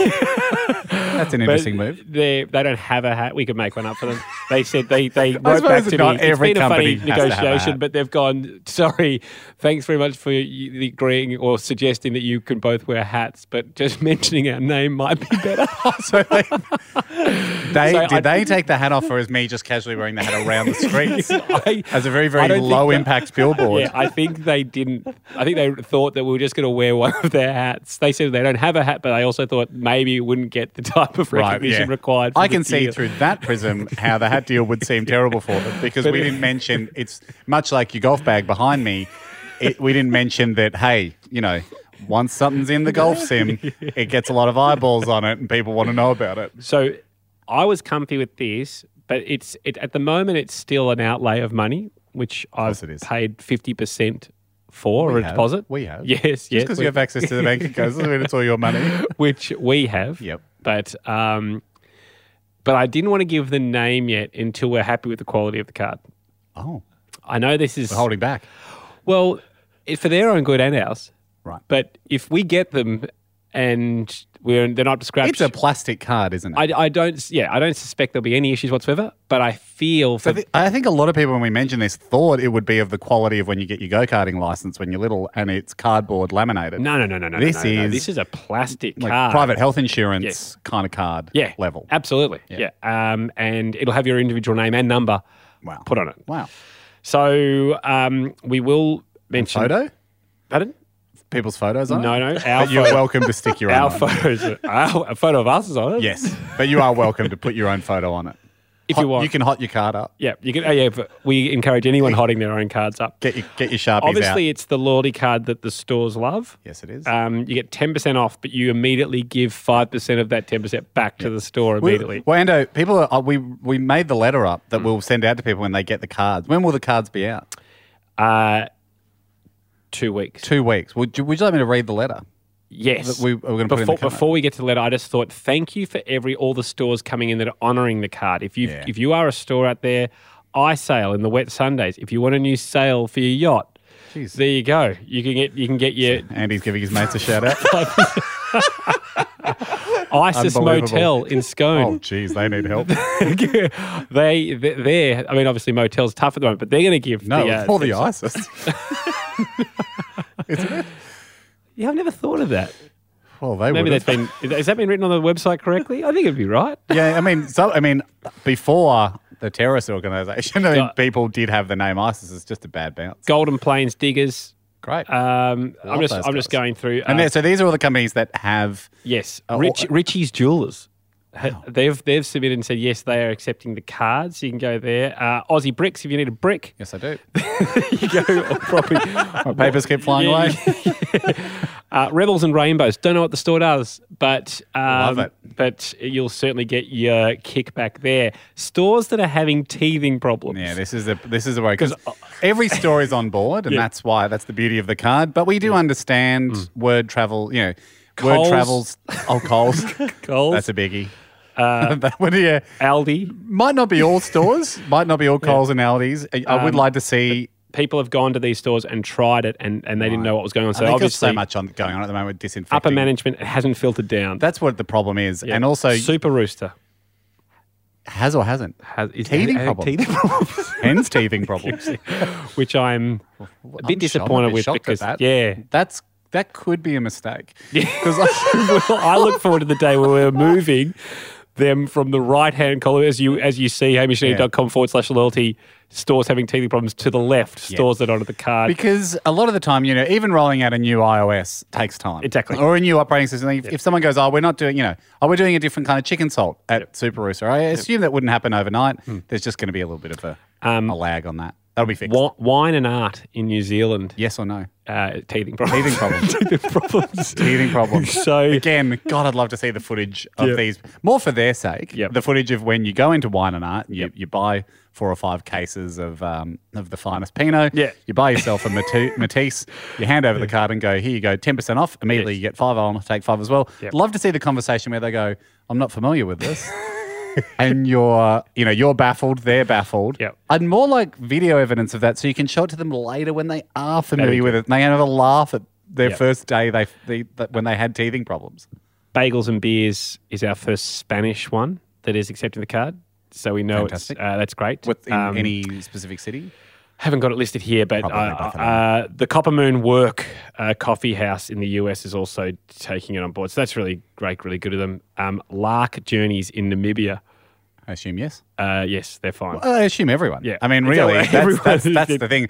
Speaker 4: That's an
Speaker 3: but
Speaker 4: interesting move.
Speaker 3: They they don't have a hat. We could make one up for them. They said they they
Speaker 4: I
Speaker 3: wrote back
Speaker 4: suppose
Speaker 3: to
Speaker 4: not
Speaker 3: me.
Speaker 4: every
Speaker 3: it's been a funny
Speaker 4: company has to have a
Speaker 3: negotiation,
Speaker 4: hat.
Speaker 3: but they've gone. Sorry, thanks very much for you- the agreeing or suggesting that you can both wear hats, but just mentioning our name might be better.
Speaker 4: So they, they
Speaker 3: So
Speaker 4: did
Speaker 3: I-
Speaker 4: they take the hat off, or is me just casually wearing the hat around the streets
Speaker 3: I-
Speaker 4: as a very
Speaker 3: I
Speaker 4: very
Speaker 3: don't think
Speaker 4: low
Speaker 3: that-
Speaker 4: impact billboard?
Speaker 3: Yeah, I think they didn't. I think they thought that we were just going to wear one of their hats. They said they don't have a hat, but I also thought maybe it wouldn't get the type of
Speaker 4: Right,
Speaker 3: recognition
Speaker 4: yeah.
Speaker 3: required. For
Speaker 4: I
Speaker 3: the
Speaker 4: can see
Speaker 3: deal.
Speaker 4: through that prism how the hat deal would seem terrible for them because
Speaker 3: But
Speaker 4: we
Speaker 3: it-
Speaker 4: didn't mention it's much like your golf bag behind me. It, we didn't mention that, hey, you know, once something's in the golf sim, it gets a lot of eyeballs on it and people want to know about it.
Speaker 3: So I was comfy with this, but it's it, at the moment it's still an outlay of money, which I've
Speaker 4: course it is.
Speaker 3: paid fifty percent for a
Speaker 4: have.
Speaker 3: deposit.
Speaker 4: We have.
Speaker 3: yes,
Speaker 4: Just
Speaker 3: yes,
Speaker 4: because
Speaker 3: we-
Speaker 4: you have access to the bank account doesn't mean it's all your money.
Speaker 3: which we have.
Speaker 4: Yep.
Speaker 3: But um, but I didn't want to give the name yet until we're happy with the quality of the card.
Speaker 4: Oh,
Speaker 3: I know this is
Speaker 4: we're holding back.
Speaker 3: well it- for their own good and ours.
Speaker 4: Right.
Speaker 3: But if we get them and we're they're not described,
Speaker 4: It's a plastic card, isn't it?
Speaker 3: I, I don't yeah I don't suspect there'll be any issues whatsoever. But I feel for
Speaker 4: So th- I think a lot of people, when we mentioned this, thought it would be of the quality of when you get your go karting license when you're little and it's cardboard laminated.
Speaker 3: No, no, no, no, no.
Speaker 4: This
Speaker 3: no, no, no.
Speaker 4: is
Speaker 3: this is a plastic
Speaker 4: Like
Speaker 3: card.
Speaker 4: private health insurance
Speaker 3: Yes.
Speaker 4: kind of card
Speaker 3: yeah,
Speaker 4: level.
Speaker 3: Absolutely. Yeah. Um, and it'll have your individual name and number
Speaker 4: Wow.
Speaker 3: put on it.
Speaker 4: Wow.
Speaker 3: So um, we will mention
Speaker 4: Photo?
Speaker 3: Pardon?
Speaker 4: People's photos on
Speaker 3: No,
Speaker 4: it?
Speaker 3: no. Our
Speaker 4: But you're
Speaker 3: photo,
Speaker 4: welcome to stick your own.
Speaker 3: our
Speaker 4: on it.
Speaker 3: photos. Our, a photo of us is on it.
Speaker 4: Yes. But you are welcome to put your own photo on it.
Speaker 3: If
Speaker 4: Hot-
Speaker 3: you want.
Speaker 4: You can hot your card up.
Speaker 3: Yeah. You can. Oh, yeah. But we encourage anyone holding their own cards up.
Speaker 4: Get your, get your Sharpies
Speaker 3: Obviously,
Speaker 4: out.
Speaker 3: it's the loyalty card that the stores love.
Speaker 4: Yes, it is.
Speaker 3: Um, you get ten percent off, but you immediately give five percent of that ten percent back to the store
Speaker 4: We-
Speaker 3: immediately. Mm.
Speaker 4: Well, Ando, people are, uh, we, we made the letter up that we'll send out to people when they get the cards. When will the cards be out?
Speaker 3: uh, two weeks.
Speaker 4: Two weeks. Would you, would you like me to read the letter?
Speaker 3: Yes.
Speaker 4: that we- we're gonna put in the
Speaker 3: before,
Speaker 4: card.
Speaker 3: before we get to the letter, I just thought thank you for every all the stores coming in that are honouring the card. If you
Speaker 4: Yeah.
Speaker 3: if you are a store out there, I sail in the wet Sundays. If you want a new sail for your yacht,
Speaker 4: Jeez.
Speaker 3: there you go. You can get you can get your
Speaker 4: Andy's giving his mates a shout out.
Speaker 3: ISIS
Speaker 4: Unbelievable.
Speaker 3: motel in
Speaker 4: oh,
Speaker 3: Scone.
Speaker 4: geez, they need help.
Speaker 3: they they- they're I mean obviously motels tough at the moment, but they're going to give
Speaker 4: No,
Speaker 3: the,
Speaker 4: yeah,
Speaker 3: uh,
Speaker 4: for the ISIS. Isn't it?
Speaker 3: Yeah, I've never thought of that.
Speaker 4: Well, they
Speaker 3: Maybe
Speaker 4: would.
Speaker 3: that's been has that been written on the website correctly? I think it'd be right.
Speaker 4: yeah, I mean, so I mean, before the terrorist organization, I mean,
Speaker 3: Yeah.
Speaker 4: people did have the name ISIS. It's just a bad bounce.
Speaker 3: Golden Plains Diggers.
Speaker 4: Great.
Speaker 3: Um, I'm
Speaker 4: Love
Speaker 3: just I'm
Speaker 4: those
Speaker 3: just
Speaker 4: guys.
Speaker 3: going through.
Speaker 4: and
Speaker 3: uh,
Speaker 4: there- so these are all the companies that have.
Speaker 3: Yes,
Speaker 4: Uh,
Speaker 3: Rich,
Speaker 4: or-
Speaker 3: Richie's Jewelers. Ha- They've they've submitted and said yes, they are accepting the cards. You can go there. Uh, Aussie Bricks, if you need a brick,
Speaker 4: Yes, I do.
Speaker 3: you go. Or probably
Speaker 4: My papers keep flying
Speaker 3: Yeah,
Speaker 4: away.
Speaker 3: yeah, yeah. Uh, Rebels and Rainbows. Don't know what the store does, but um,
Speaker 4: Love it.
Speaker 3: But you'll certainly get your kickback there. Stores that are having teething problems.
Speaker 4: Yeah, this is the this is the way because
Speaker 3: uh,
Speaker 4: every store is on board, and that's why that's the beauty of the card. But we do understand word travel. You know,
Speaker 3: Mm. Coles.
Speaker 4: word travels. Oh, Coles.
Speaker 3: Coles. Uh,
Speaker 4: That's a biggie. that would, yeah,
Speaker 3: Aldi.
Speaker 4: might not be all stores, might not be all Coles and Aldi's. I, I
Speaker 3: Um,
Speaker 4: would like to see.
Speaker 3: People have gone to these stores and tried it, and, and they didn't know what was going on.
Speaker 4: I
Speaker 3: So
Speaker 4: think there's
Speaker 3: obviously,
Speaker 4: so much on going on at the moment. with Disinfecting.
Speaker 3: upper management it hasn't filtered down.
Speaker 4: That's what the problem is,
Speaker 3: Yeah.
Speaker 4: and also
Speaker 3: Super Rooster
Speaker 4: has or hasn't
Speaker 3: has is
Speaker 4: teething
Speaker 3: had a
Speaker 4: problems.
Speaker 3: teething problem,
Speaker 4: Hens teething problems.
Speaker 3: which I'm a bit
Speaker 4: I'm
Speaker 3: disappointed
Speaker 4: shocked, a bit
Speaker 3: with
Speaker 4: shocked at
Speaker 3: because
Speaker 4: that.
Speaker 3: yeah,
Speaker 4: that's that could be a mistake.
Speaker 3: Because I look forward to the day where we're moving them from the right hand column as you as you see hamishneed.com forward slash loyalty stores having teething problems to the left, stores that are under the card.
Speaker 4: Because a lot of the time, you know, even rolling out a new iOS takes time.
Speaker 3: Exactly.
Speaker 4: Or a new operating system. If, if someone goes, oh, we're not doing, you know, oh, we're doing a different kind of chicken salt at Super Rooster, I assume that wouldn't happen overnight.
Speaker 3: Hmm.
Speaker 4: There's just going to be a little bit of a,
Speaker 3: Um,
Speaker 4: a lag on that. That'll be fixed.
Speaker 3: Wi- wine and art in New Zealand,
Speaker 4: Yes or no?
Speaker 3: uh, teething problems.
Speaker 4: Teething problems.
Speaker 3: Teething problems.
Speaker 4: Teething problems.
Speaker 3: So-
Speaker 4: again, God, I'd love to see the footage of
Speaker 3: Yep.
Speaker 4: these more for their sake.
Speaker 3: Yep.
Speaker 4: The footage of when you go into wine and art, you, you buy four or five cases of um, of the finest Pinot.
Speaker 3: Yeah.
Speaker 4: You buy yourself a Mate- Matisse. You hand over the card and go, here you go, ten percent off. Immediately
Speaker 3: Yes.
Speaker 4: you get five. "Oh, I'll take five as well.
Speaker 3: Yep.
Speaker 4: Love to see the conversation where they go, I'm not familiar with this. and you're, you know, you're baffled. They're baffled.
Speaker 3: Yep.
Speaker 4: I'd more like video evidence of that, so you can show it to them later when they are familiar
Speaker 3: good.
Speaker 4: with it. And they have a laugh at their
Speaker 3: Yep.
Speaker 4: first day they, they that when they had teething problems.
Speaker 3: Bagels and beers is our first Spanish one that is accepting the card. So we know
Speaker 4: Fantastic.
Speaker 3: it's uh, that's great.
Speaker 4: With in
Speaker 3: Um,
Speaker 4: any specific city?
Speaker 3: Haven't got it listed here, but uh,
Speaker 4: Probably Buffalo.
Speaker 3: uh, the Copper Moon Work uh, Coffee House in the US is also taking it on board. So that's really great, really good of them. Um, Lark Journeys in Namibia.
Speaker 4: I assume yes.
Speaker 3: Uh, yes, they're fine.
Speaker 4: I assume everyone.
Speaker 3: Yeah.
Speaker 4: I mean,
Speaker 3: Yeah,
Speaker 4: really,
Speaker 3: well,
Speaker 4: that's,
Speaker 3: everyone
Speaker 4: that's,
Speaker 3: is- Hmm.
Speaker 4: that's the thing.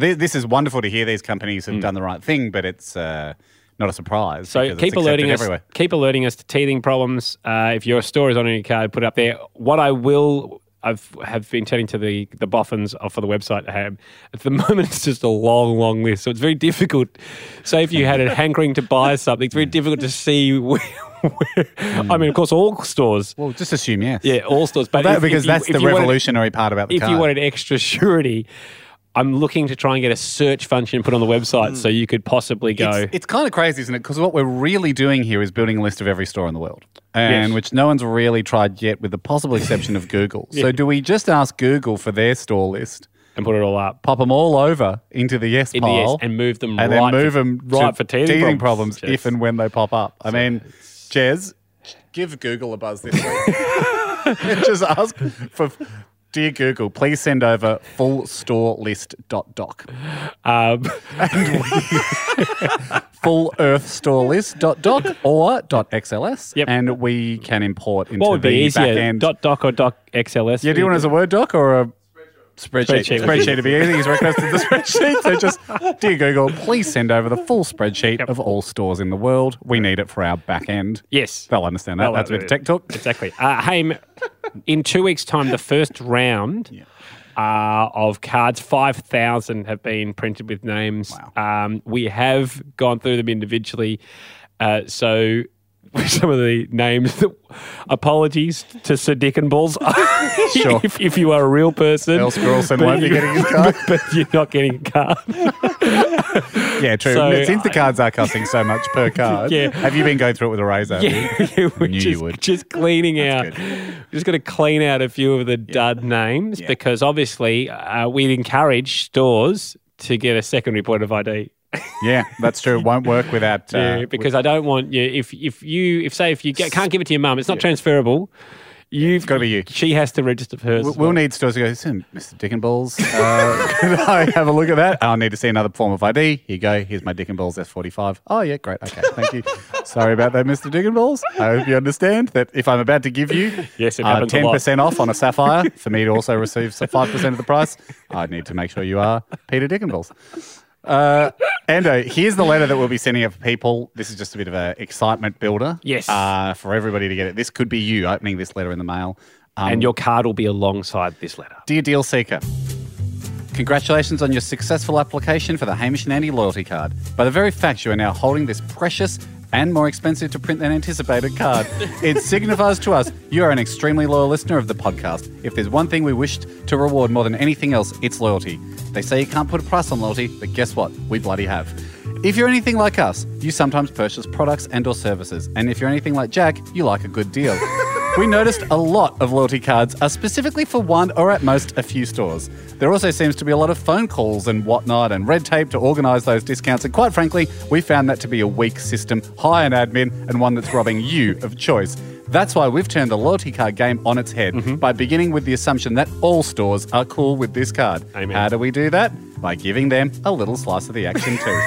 Speaker 4: Thi- This is wonderful to hear. These companies have done the right thing, but it's uh, not a surprise.
Speaker 3: So
Speaker 4: because
Speaker 3: keep
Speaker 4: it's
Speaker 3: alerting
Speaker 4: accepted
Speaker 3: us.
Speaker 4: everywhere.
Speaker 3: Keep alerting us to teething problems. Uh, if your store is on any card, put it up there. What I will, I've have been telling to the the boffins off of the website. Um, at the moment, it's just a long, long list, so it's very difficult. Say if you had a hankering to buy something, it's very difficult to see where. where I mean, of course, all stores.
Speaker 4: Well, just assume yes.
Speaker 3: Yeah, all stores. But
Speaker 4: That-
Speaker 3: if- if
Speaker 4: because
Speaker 3: you-
Speaker 4: that's
Speaker 3: if
Speaker 4: the
Speaker 3: you wanted-
Speaker 4: revolutionary part about the
Speaker 3: if
Speaker 4: card.
Speaker 3: you wanted extra surety. I'm looking to try and get a search function put on the website so you could possibly go.
Speaker 4: Mm. It's, it's kind of crazy, isn't it? Because what we're really doing here is building a list of every store in the world, and
Speaker 3: Yes.
Speaker 4: which no one's really tried yet, with the possible exception of Google. So, do we just ask Google for their store list,
Speaker 3: and put it all up.
Speaker 4: pop them all over into the yes
Speaker 3: in the
Speaker 4: pile,
Speaker 3: yes and move them
Speaker 4: and
Speaker 3: right
Speaker 4: then move
Speaker 3: for,
Speaker 4: them
Speaker 3: right for teething,
Speaker 4: problems,
Speaker 3: Jez.
Speaker 4: if and when they pop up? I mean, Jez, give Google a buzz this week. just ask for. Dear Google, please send over full store list dot doc.
Speaker 3: um,
Speaker 4: full earth store list dot doc or dot xls
Speaker 3: Yep.
Speaker 4: and we can import into
Speaker 3: what would
Speaker 4: the
Speaker 3: be
Speaker 4: back
Speaker 3: easier,
Speaker 4: end.
Speaker 3: dot doc or doc xls?
Speaker 4: yeah, do you want it as a Word doc or a spreadsheet?
Speaker 3: Spreadsheet
Speaker 4: Spreadsheet,
Speaker 3: would be
Speaker 4: would be easy. He's requested the spreadsheet. So just, dear Google, please send over the full spreadsheet of all stores in the world. We need it for our back end.
Speaker 3: Yes.
Speaker 4: They'll understand that.
Speaker 3: Well,
Speaker 4: That's a bit
Speaker 3: uh,
Speaker 4: of tech talk.
Speaker 3: exactly. Uh, hey, m- in two weeks' time, the first round. Uh, of cards, 5,000 have been printed with names. Um, we have gone through them individually. Uh, so, some of the names, that, apologies to Sir Dick and Balls.
Speaker 4: Sure.
Speaker 3: if, if you are a real person,
Speaker 4: Else Girlson
Speaker 3: but
Speaker 4: won't be
Speaker 3: you-
Speaker 4: getting his card.
Speaker 3: but you're not getting a card.
Speaker 4: Yeah, true.
Speaker 3: So,
Speaker 4: Since the cards are costing so much per card,
Speaker 3: Yeah.
Speaker 4: have you been going through it with a razor?
Speaker 3: Yeah, yeah, we're
Speaker 4: Knew you
Speaker 3: just,
Speaker 4: would.
Speaker 3: just cleaning out.
Speaker 4: good.
Speaker 3: We're just going to clean out a few of the dud names because obviously uh, we'd encourage stores to get a secondary point of ID.
Speaker 4: Yeah, that's true. It won't work without. Uh,
Speaker 3: Yeah, because I don't want you if if you if say if you get, can't give it to your mum, it's not transferable. You've
Speaker 4: gotta be you.
Speaker 3: She has to register for hers.
Speaker 4: We-
Speaker 3: as
Speaker 4: We'll
Speaker 3: well.
Speaker 4: need stores to go, "Listen, Mr. Dick and Balls, uh, could I have a look at that? I'll need to see another form of ID. Here you go. Here's my Dick and Balls S45. Oh, yeah, great. Okay, thank you. Sorry about that, Mr. Dick and Balls. I hope you understand that if I'm about to give you
Speaker 3: Yes, it
Speaker 4: uh,
Speaker 3: happens a lot.
Speaker 4: 10% off on a Sapphire for me to also receive 5% of the price, I need to make sure you are Peter Dick and Balls. Uh, Ando, here's the letter that we'll be sending out for people. This is just a bit of an excitement builder.
Speaker 3: Yes.
Speaker 4: Uh, for everybody to get it. This could be you opening this letter in the mail. Um,
Speaker 3: and your card will be alongside this letter.
Speaker 4: Dear Deal Seeker, Congratulations on your successful application for the Hamish and Andy loyalty card. By the very fact you are now holding this precious and more expensive to print than anticipated card, it signifies to us you are an extremely loyal listener of the podcast. If there's one thing we wished to reward more than anything else, it's loyalty. They say you can't put a price on loyalty, but guess what? We bloody have. If you're anything like us, you sometimes purchase products and or services, and if you're anything like Jack, you like a good deal. we noticed a lot of loyalty cards are specifically for one or at most a few stores. There also seems to be a lot of phone calls and whatnot and red tape to organise those discounts, and quite frankly, we found that to be a weak system, high in admin, and one that's robbing you of choice. That's why we've turned the loyalty card game on its head by beginning with the assumption that all stores are cool with this card.
Speaker 3: Amen.
Speaker 4: How do we do that? By giving them a little slice of the action too.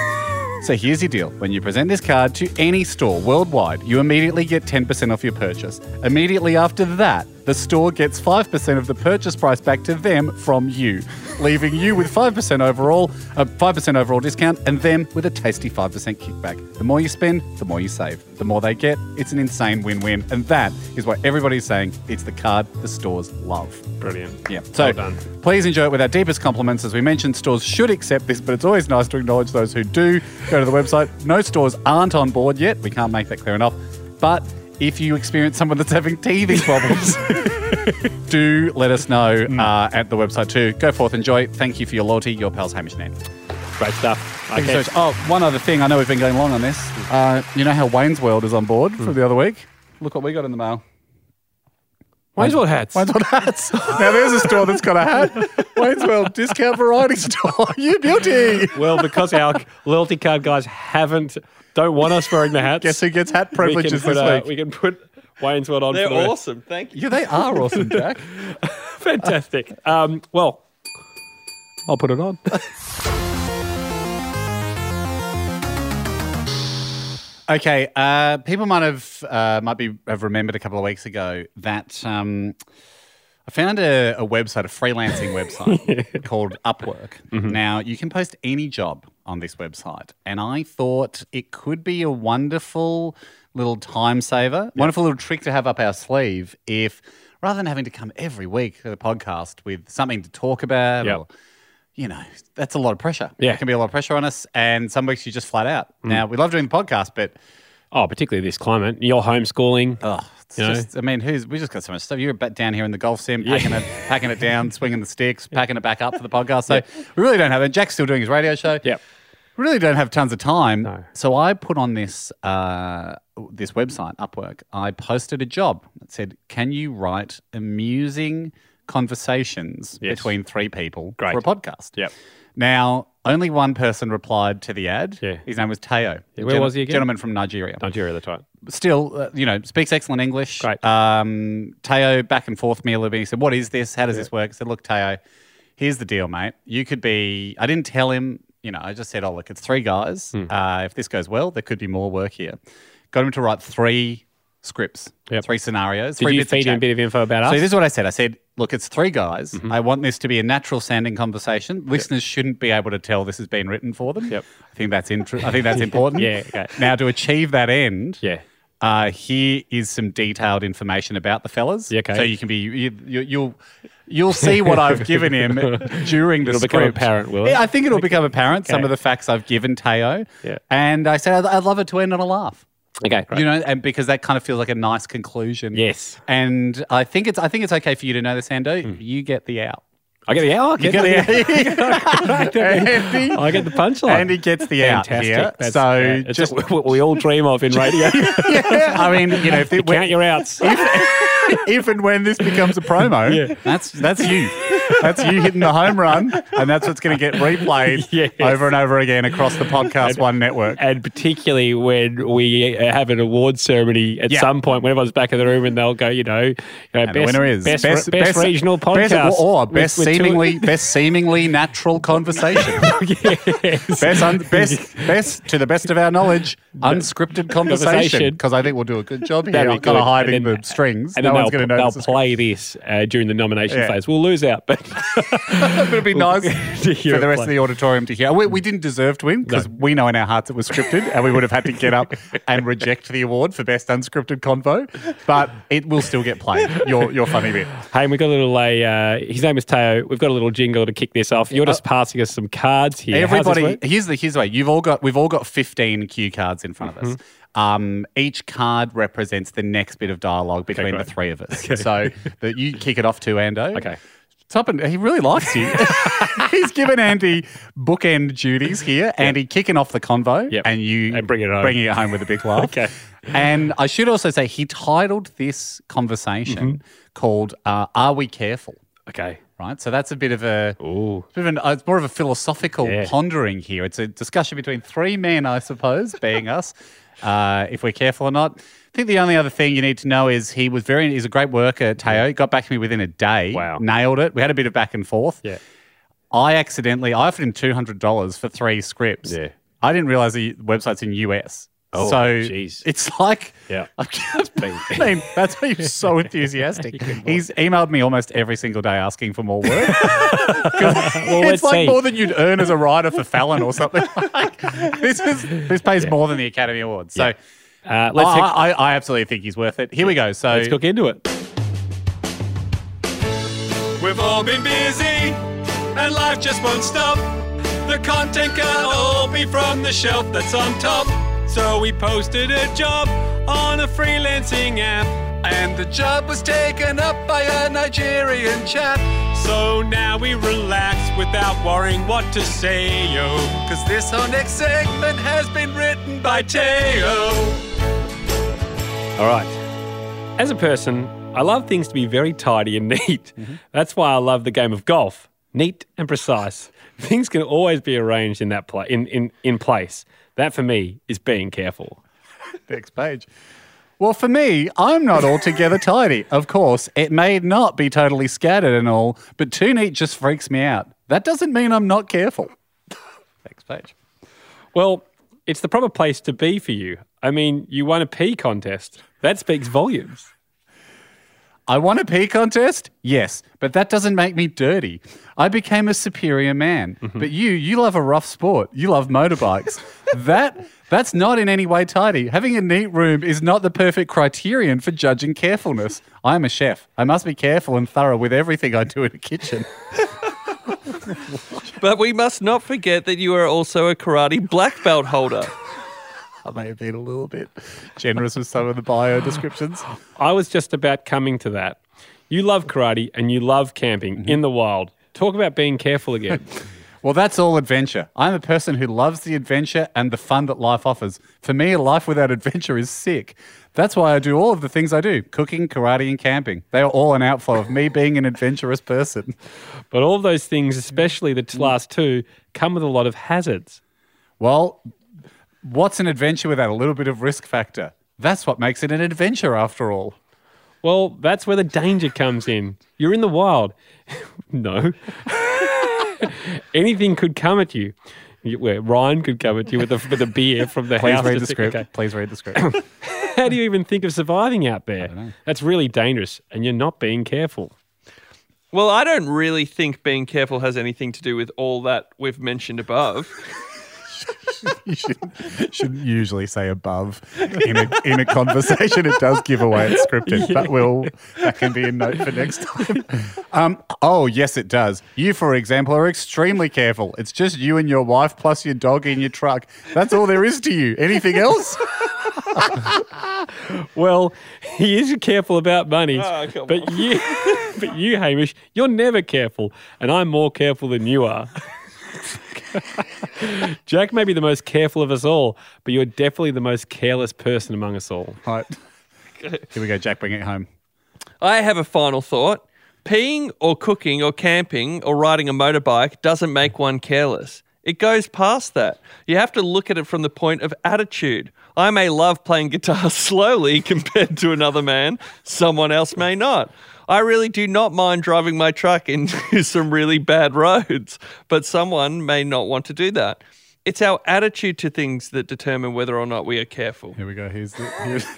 Speaker 4: So here's your deal. When you present this card to any store worldwide, you immediately get 10% off your purchase. Immediately after that, the store gets 5% of the purchase price back to them from you, leaving you with 5% overall, a 5% overall discount and them with a tasty 5% kickback. The more you spend, the more you save. The more they get, it's an insane win-win and that is what everybody's saying, it's the card the stores love.
Speaker 3: Brilliant.
Speaker 4: Yeah. So
Speaker 3: Well done.
Speaker 4: please enjoy it with our deepest compliments. As we mentioned, stores should accept this, but it's always nice to acknowledge those who do. Go to the website. No stores aren't on board yet. We can't make that clear enough. But if you experience someone that's having teething problems, do let us know
Speaker 3: Hmm.
Speaker 4: uh, at the website too. Go forth, enjoy. Thank you for your loyalty. Your pals, Hamish and Andy.
Speaker 3: Great stuff.
Speaker 4: Thank you
Speaker 3: Okay. Hmm.
Speaker 4: so much. Oh, one other thing. I know we've been going long on this. Uh, you know how Wayne's World is on board from the other week? Look what we got in the mail.
Speaker 3: Wayne's World hats.
Speaker 4: Wayne's World hats. now there's a store that's got a hat. Wayne's World discount variety store. you beauty.
Speaker 3: Well, because our loyalty card guys haven't, don't want us wearing the hats.
Speaker 4: Guess who gets hat
Speaker 3: we can
Speaker 4: privileges
Speaker 3: put,
Speaker 4: this
Speaker 3: uh,
Speaker 4: week?
Speaker 3: we can put Wayne's World on.
Speaker 5: They're
Speaker 3: for the-
Speaker 5: awesome. Thank you.
Speaker 4: yeah, they are awesome, Jack.
Speaker 3: Fantastic. Um, well, I'll put it on.
Speaker 4: okay, uh, people might have uh, might be have remembered a couple of weeks ago that um, I found a, a website, a freelancing website called Upwork. Now you can post any job on this website, and I thought it could be a wonderful little time saver, wonderful little trick to have up our sleeve if. Rather than having to come every week to the podcast with something to talk about
Speaker 3: Yep.
Speaker 4: or you know, that's a lot of pressure.
Speaker 3: Yeah.
Speaker 4: It can be a lot of pressure on us. And some weeks you just flat out. Now, we love doing the podcast, but
Speaker 3: Oh, particularly this climate. You're homeschooling.
Speaker 4: oh, it's
Speaker 3: You know?
Speaker 4: just, I mean, who's, we just got so much stuff. You're back down here in the golf sim, packing, it, packing it down, swinging the sticks, packing it back up for the podcast. So we really don't have it. Jack's still doing his radio show.
Speaker 3: Yep.
Speaker 4: Really don't have tons of time.
Speaker 3: No.
Speaker 4: So I put on this, uh, this website, Upwork, I posted a job that said, Can you write amusing conversations
Speaker 3: Yes.
Speaker 4: between three people
Speaker 3: Great.
Speaker 4: for a podcast?
Speaker 3: Yep.
Speaker 4: Now, only one person replied to the ad.
Speaker 3: Yeah.
Speaker 4: His name was Teo.
Speaker 3: where was he again?
Speaker 4: Gentleman from Nigeria.
Speaker 3: Nigeria, that's right.
Speaker 4: Still, uh, you know, speaks excellent English.
Speaker 3: Great.
Speaker 4: Um, Teo back and forth with me a little bit. He said, What is this? How does this work? I said, Look, Teo, here's the deal, mate. You could be, I didn't tell him, you know, I just said, Oh, look, it's three guys.
Speaker 3: Hmm.
Speaker 4: Uh, if this goes well, there could be more work here. Got him to write three scripts,
Speaker 3: Yep.
Speaker 4: three scenarios.
Speaker 3: Did
Speaker 4: three
Speaker 3: you
Speaker 4: bits of
Speaker 3: feed him a
Speaker 4: chat.
Speaker 3: bit of Mm-hmm. info about us?
Speaker 4: So this is what I said. I said, look, it's three guys. I want this to be a natural sounding conversation. Listeners shouldn't be able to tell this has been written for them.
Speaker 3: Yep.
Speaker 4: I think that's intr- I think that's important.
Speaker 3: Yeah, okay.
Speaker 4: Now to achieve that end,
Speaker 3: yeah.
Speaker 4: uh, here is some detailed information about the fellas.
Speaker 3: Yeah, okay.
Speaker 4: So you can be you, you, you'll you'll see what I've given him during the
Speaker 3: It'll become
Speaker 4: script.
Speaker 3: apparent, will it?
Speaker 4: Yeah, I think it'll become apparent some
Speaker 3: Okay.
Speaker 4: of the facts I've given Teo.
Speaker 3: Yeah.
Speaker 4: And I said I'd, I'd love it to end on a laugh.
Speaker 3: Okay. Great.
Speaker 4: You know, and because that kind of feels like a nice conclusion.
Speaker 3: Yes.
Speaker 4: And I think it's I think it's okay for you to know this, Ando. You get the out.
Speaker 3: I get the hour.
Speaker 4: You get the out.
Speaker 3: I
Speaker 4: Andy,
Speaker 3: get the punchline.
Speaker 4: Andy gets the out
Speaker 3: Fantastic.
Speaker 4: here.
Speaker 3: That's-
Speaker 4: so
Speaker 3: yeah, it's
Speaker 4: just,
Speaker 3: what we all dream of in radio.
Speaker 4: I mean, you know, if, it,
Speaker 3: Count your outs.
Speaker 4: if and when this becomes a promo, that's that's you. That's you hitting the home run, and that's what's going to get replayed
Speaker 3: Yes.
Speaker 4: over and over again across the Podcast One network.
Speaker 3: and particularly when we uh, have an award ceremony at
Speaker 4: Yeah.
Speaker 3: some point when everyone's back in the room and they'll go, you know, you know, best,
Speaker 4: And the winner is
Speaker 3: best, best, regional podcast
Speaker 4: best- or
Speaker 3: with-
Speaker 4: best
Speaker 3: with two-
Speaker 4: seemingly best seemingly natural conversation.
Speaker 3: Yes.
Speaker 4: best, un- best, best to the best of our knowledge, unscripted conversation.
Speaker 3: Conversation.
Speaker 4: Because I think we'll do a good job here.
Speaker 3: That'd be
Speaker 4: I'm kind
Speaker 3: good.
Speaker 4: of hiding
Speaker 3: And then-
Speaker 4: the strings.
Speaker 3: And
Speaker 4: no
Speaker 3: then
Speaker 4: one's going to
Speaker 3: they'll, they'll
Speaker 4: notice.
Speaker 3: play this uh, during the nomination
Speaker 4: Yeah.
Speaker 3: phase. We'll lose out, but it.
Speaker 4: It'd be nice
Speaker 3: To hear
Speaker 4: for
Speaker 3: it
Speaker 4: the rest
Speaker 3: play.
Speaker 4: of the auditorium to hear. We, we didn't deserve to win because we know in our hearts it was scripted, and we would have had to get up and reject the award for best unscripted convo. But it will still get played. Your your funny bit.
Speaker 3: Hey, we've got a little. Uh, his name is Teo. We've got a little jingle to kick this off. You're just passing us some cards here. How's this
Speaker 4: Uh, Everybody,
Speaker 3: work?
Speaker 4: here's the here's the way. You've all got we've all got fifteen cue cards in front of us.
Speaker 3: Mm-hmm.
Speaker 4: Um, each card represents the next bit of dialogue between the
Speaker 3: great.
Speaker 4: three of us. So that you kick it off to Ando.
Speaker 3: Okay.
Speaker 4: Tuppen, he really likes you. He's given Andy bookend duties here. Andy kicking off the convo,
Speaker 3: Yep.
Speaker 4: and you
Speaker 3: And bring it home.
Speaker 4: bringing it home with a big laugh.
Speaker 3: Okay.
Speaker 4: And I should also say he titled this conversation
Speaker 3: Mm-hmm.
Speaker 4: called uh, "Are We Careful."
Speaker 3: Okay.
Speaker 4: Right, so that's a bit of a
Speaker 3: Ooh.
Speaker 4: it's a bit of an- uh, it's more of a philosophical
Speaker 3: Yeah.
Speaker 4: pondering here. It's a discussion between three men, I suppose, being us, uh, if we're careful or not. I think the only other thing you need to know is he was very, he's a great worker, Teo. He got back to me within a day.
Speaker 3: Wow.
Speaker 4: Nailed it. We had a bit of back and forth.
Speaker 3: Yeah.
Speaker 4: I accidentally, I offered him $200 for three scripts.
Speaker 3: Yeah.
Speaker 4: I didn't realize the website's in US.
Speaker 3: Oh,
Speaker 4: so
Speaker 3: jeez.
Speaker 4: it's like,
Speaker 3: Yeah.
Speaker 4: I mean, that's why you're so enthusiastic. He's emailed me almost every single day asking for more work. 'Cause
Speaker 3: let's
Speaker 4: it's like
Speaker 3: see.
Speaker 4: more than you'd earn as a writer for Fallon or something. Like, this is this pays more than the Academy Awards. So
Speaker 3: Uh, let's
Speaker 4: I,
Speaker 3: heck-
Speaker 4: I, I absolutely think he's worth it. Here we go. So
Speaker 3: let's cook into it.
Speaker 5: We've all been busy, and life just won't stop. The content can all be from the shelf that's on top. So we posted a job on a freelancing app, and the job was taken up by a Nigerian chap. So now we relax without worrying what to say, yo. Cause this whole next segment has been written by Teo.
Speaker 3: All right. As a person, I love things to be very tidy and neat. That's why I love the game of golf. Neat and precise. Things can always be arranged in that pla- in, in, in place. That for me is being careful.
Speaker 4: next page. Well, for me, I'm not altogether tidy. Of course, it may not be totally scattered and all, but too neat just freaks me out. That doesn't mean I'm not careful. next page.
Speaker 3: Well, it's the proper place to be for you. I mean, you won a pee contest. That speaks volumes.
Speaker 4: I won a pee contest? Yes, but that doesn't make me dirty. I became a superior man. But you, you love a rough sport. You love motorbikes. that that's not in any way tidy. Having a neat room is not the perfect criterion for judging carefulness. I am a chef. I must be careful and thorough with everything I do in the kitchen.
Speaker 5: But we must not forget that you are also a karate black belt holder.
Speaker 4: I may have been a little bit generous with some of the bio descriptions.
Speaker 3: I was just about coming to that. You love karate and you love camping in the wild. Talk about being careful again.
Speaker 4: Well, that's all adventure. I'm a person who loves the adventure and the fun that life offers. For me, a life without adventure is sick. That's why I do all of the things I do cooking, karate, and camping. They are all an outflow of me being an adventurous person.
Speaker 3: But all those things, especially the t- last two, come with a lot of hazards.
Speaker 4: Well, what's an adventure without a little bit of risk factor? That's what makes it an adventure, after all.
Speaker 3: Well, that's where the danger comes in. You're in the wild. no. Anything could come at you. You- Where Ryan could come at you with a, with a beer from the
Speaker 4: Please
Speaker 3: house.
Speaker 4: read
Speaker 3: to
Speaker 4: the
Speaker 3: see-
Speaker 4: script.
Speaker 3: okay.
Speaker 4: Please read the script.
Speaker 3: How do you even think of surviving out there? That's really dangerous, and you're not being careful.
Speaker 5: Well, I don't really think being careful has anything to do with all that we've mentioned above.
Speaker 4: you shouldn't, shouldn't usually say above in a, in a conversation. It does give away it's scripted, but we'll, that can be a note for next time. Um, oh, yes, it does. You, for example, are extremely careful. It's just you and your wife plus your dog in your truck. That's all there is to you. Anything else?
Speaker 3: Well, he is careful about money,
Speaker 4: Ah,
Speaker 5: Oh, come
Speaker 3: but you, but you, Hamish, you're never careful, and I'm more careful than you are. Jack may be the most careful of us all, but you're definitely the most careless person among us all.
Speaker 4: All right. Here we go, Jack. Bring it home.
Speaker 5: I have a final thought. Peeing or cooking or camping or riding a motorbike doesn't make one careless. It goes past that. You have to look at it from the point of attitude. I may love playing guitar slowly compared to another man, someone else may not. I really do not mind driving my truck into some really bad roads, but someone may not want to do that. It's our attitude to things that determine whether or not we are careful.
Speaker 4: Here we go. Here's the. Here's,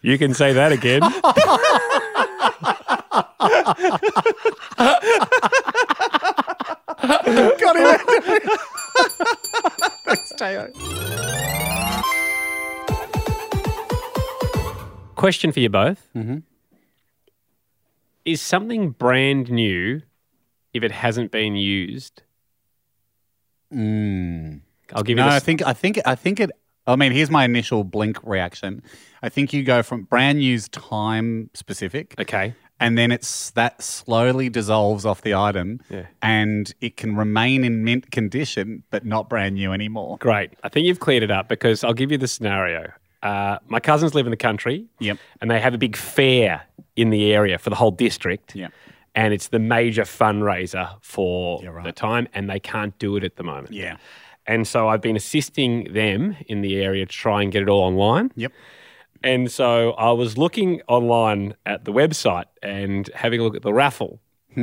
Speaker 3: You can say that again.
Speaker 4: Got him. Thanks, Teo.
Speaker 3: Question for you both.
Speaker 4: Mm-hmm.
Speaker 3: Is something brand new if it hasn't been used? I'll give you
Speaker 4: Mm. No, I
Speaker 3: this.
Speaker 4: think I think I think it. I mean, here's my initial blink reaction. I think you go from brand new's time specific,
Speaker 3: okay.
Speaker 4: and then it's that slowly dissolves off the item,
Speaker 3: Yeah.
Speaker 4: and it can remain in mint condition but not brand new anymore.
Speaker 3: Great. I think you've cleared it up because I'll give you the scenario. Uh, my cousins live in the country.
Speaker 4: Yep.
Speaker 3: And they have a big fair in the area for the whole district.
Speaker 4: Yep.
Speaker 3: And it's the major fundraiser for
Speaker 4: right.
Speaker 3: the time, and they can't do it at the moment.
Speaker 4: Yeah.
Speaker 3: And so I've been assisting them in the area to try and get it all online.
Speaker 4: Yep.
Speaker 3: And so I was looking online at the website and having a look at the raffle.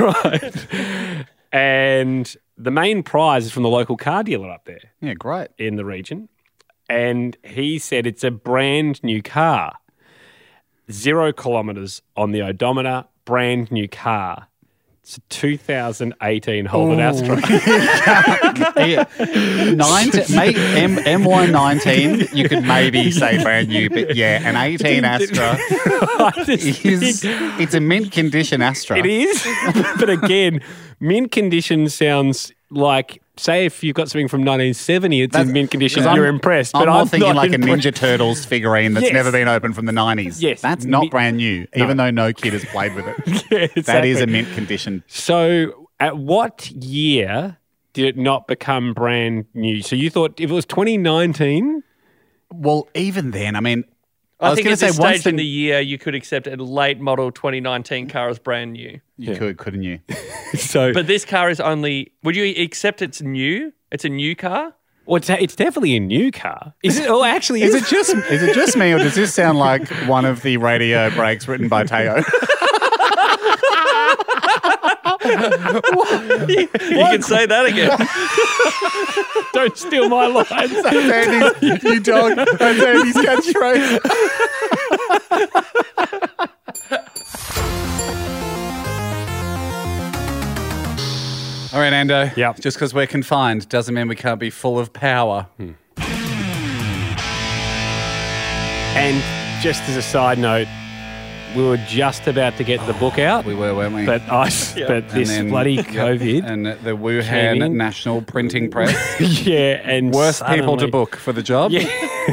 Speaker 3: right. And the main prize is from the local car dealer up there
Speaker 4: Yeah, great.
Speaker 3: in the region, and he said it's a brand new car, zero kilometers on the odometer, brand new car. It's a 2018 Holden Astra.
Speaker 4: Yeah. Nine maybe M, MY19, you could maybe say brand new, but yeah, an 18 Astra
Speaker 3: I just
Speaker 4: is
Speaker 3: think
Speaker 4: it's a mint condition Astra.
Speaker 3: it is, but again, mint condition sounds like. Say if you've got something from 1970, it's
Speaker 4: That's-
Speaker 3: in mint condition.
Speaker 4: 'Cause I'm-
Speaker 3: you're impressed,
Speaker 4: I'm
Speaker 3: but
Speaker 4: more
Speaker 3: I'm
Speaker 4: thinking
Speaker 3: not
Speaker 4: like
Speaker 3: impressed.
Speaker 4: a Ninja Turtles figurine that's
Speaker 3: Yes.
Speaker 4: never been opened from the 90s.
Speaker 3: Yes.
Speaker 4: That's
Speaker 3: Mi-
Speaker 4: not brand new, even though no kid has played with it. That is a mint condition.
Speaker 3: So, at what year did it not become brand new? So, you thought if it was 2019,
Speaker 4: Well, even then, I mean, I,
Speaker 5: I,
Speaker 4: was
Speaker 5: think
Speaker 4: going
Speaker 5: at
Speaker 4: to say
Speaker 5: this
Speaker 4: once
Speaker 5: stage in the year, you could accept a late model 2019 car as brand new.
Speaker 4: you could, couldn't you?
Speaker 3: so
Speaker 5: But this car is only. Would you accept it's new? It's a new car.
Speaker 3: well, it's, it's definitely a new car. Is it? Oh, actually,
Speaker 4: Is it just is it just me, or does this sound like one of the radio breaks written by Teo?
Speaker 5: You can say that again.
Speaker 3: Don't steal my lines.
Speaker 4: That's Andy's, you dog. That's Andy's catchphrase. All right, Ando.
Speaker 3: Yep.
Speaker 4: Just because we're confined doesn't mean we can't be full of power.
Speaker 3: Hmm. and just as a side note, we were just about to get the book out,
Speaker 4: We were, weren't we?
Speaker 3: but I, but
Speaker 4: And
Speaker 3: this
Speaker 4: then-
Speaker 3: bloody
Speaker 4: yep,
Speaker 3: COVID,
Speaker 4: and the
Speaker 3: came
Speaker 4: Wuhan
Speaker 3: in.
Speaker 4: National Printing Press.
Speaker 3: yeah, and
Speaker 4: Worst people to
Speaker 3: suddenly-
Speaker 4: book for the job.
Speaker 3: Yeah.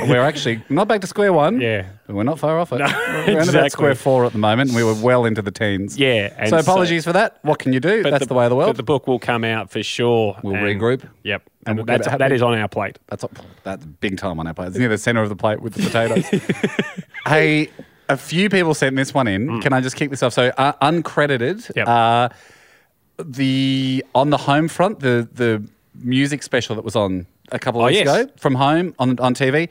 Speaker 4: we're actually not back to square one.
Speaker 3: Yeah.
Speaker 4: But we're not far off it. we're around
Speaker 3: exactly.
Speaker 4: about square four at the moment, and we were well into the teens.
Speaker 3: Yeah, and
Speaker 4: So apologies for that. What can you do?
Speaker 3: but
Speaker 4: That's the, way of the
Speaker 3: But
Speaker 4: world.
Speaker 3: the book will come out for sure.
Speaker 4: We'll
Speaker 3: and-
Speaker 4: regroup.
Speaker 3: Yep, and,
Speaker 4: And we'll get
Speaker 3: that's,
Speaker 4: it
Speaker 3: that
Speaker 4: happening.
Speaker 3: is on our plate.
Speaker 4: that's up, that's big time on our plate. It's near the center of the plate with the potatoes. hey, a few people sent this one in.
Speaker 3: Mm.
Speaker 4: Can I just keep this off? So uh, uncredited.
Speaker 3: Yep.
Speaker 4: Uh, the on the home front, the the music special that was on a couple of
Speaker 3: Oh,
Speaker 4: weeks
Speaker 3: yes.
Speaker 4: ago from home on on TV.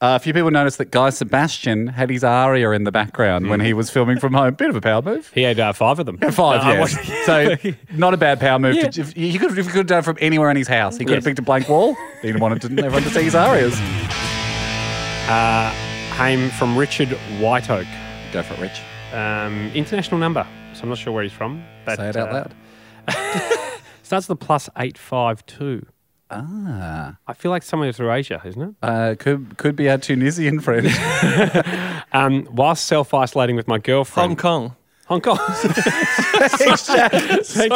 Speaker 4: Uh, a few people noticed that Guy Sebastian had his aria in the background
Speaker 3: Mm.
Speaker 4: when he was filming from home. Bit of a power move.
Speaker 3: He had uh, five of them.
Speaker 4: Five,
Speaker 3: Uh, I
Speaker 4: yeah.
Speaker 3: watched-
Speaker 4: so not a bad power move.
Speaker 3: Yeah.
Speaker 4: To, if, he could, if he could have done it from anywhere in his house, he could
Speaker 3: Yes.
Speaker 4: have picked a blank wall. He didn't want it to, everyone to see his arias.
Speaker 3: came from Richard Whiteoak,
Speaker 4: Go for it, Rich.
Speaker 3: um, international number. So I'm not sure where he's from. But,
Speaker 4: Say it out
Speaker 3: uh,
Speaker 4: loud.
Speaker 3: Starts with a plus eight five two.
Speaker 4: Ah,
Speaker 3: I feel like somewhere through Asia, isn't it?
Speaker 4: uh, could could be our Tunisian friend.
Speaker 3: Um, whilst self isolating with my girlfriend,
Speaker 5: Hong Kong.
Speaker 3: Hong Kong. Thank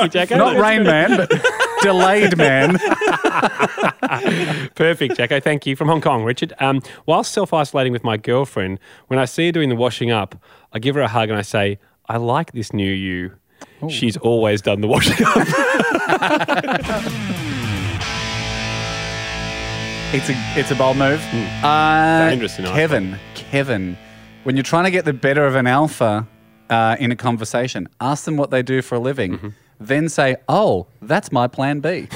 Speaker 3: you, Jacko.
Speaker 4: Not Rain Man, but Delayed Man.
Speaker 3: Perfect, Jacko. Thank you. From Hong Kong, Richard. Um, whilst self isolating with my girlfriend, when I see her doing the washing up, I give her a hug and I say, I like this new you. She's always done the washing up.
Speaker 4: It's a it's a bold move. Uh,
Speaker 3: Dangerous in
Speaker 4: Kevin, Kevin, when you're trying to get the better of an alpha uh, in a conversation, ask them what they do for a living, then say, "Oh, Mm-hmm. that's my plan B."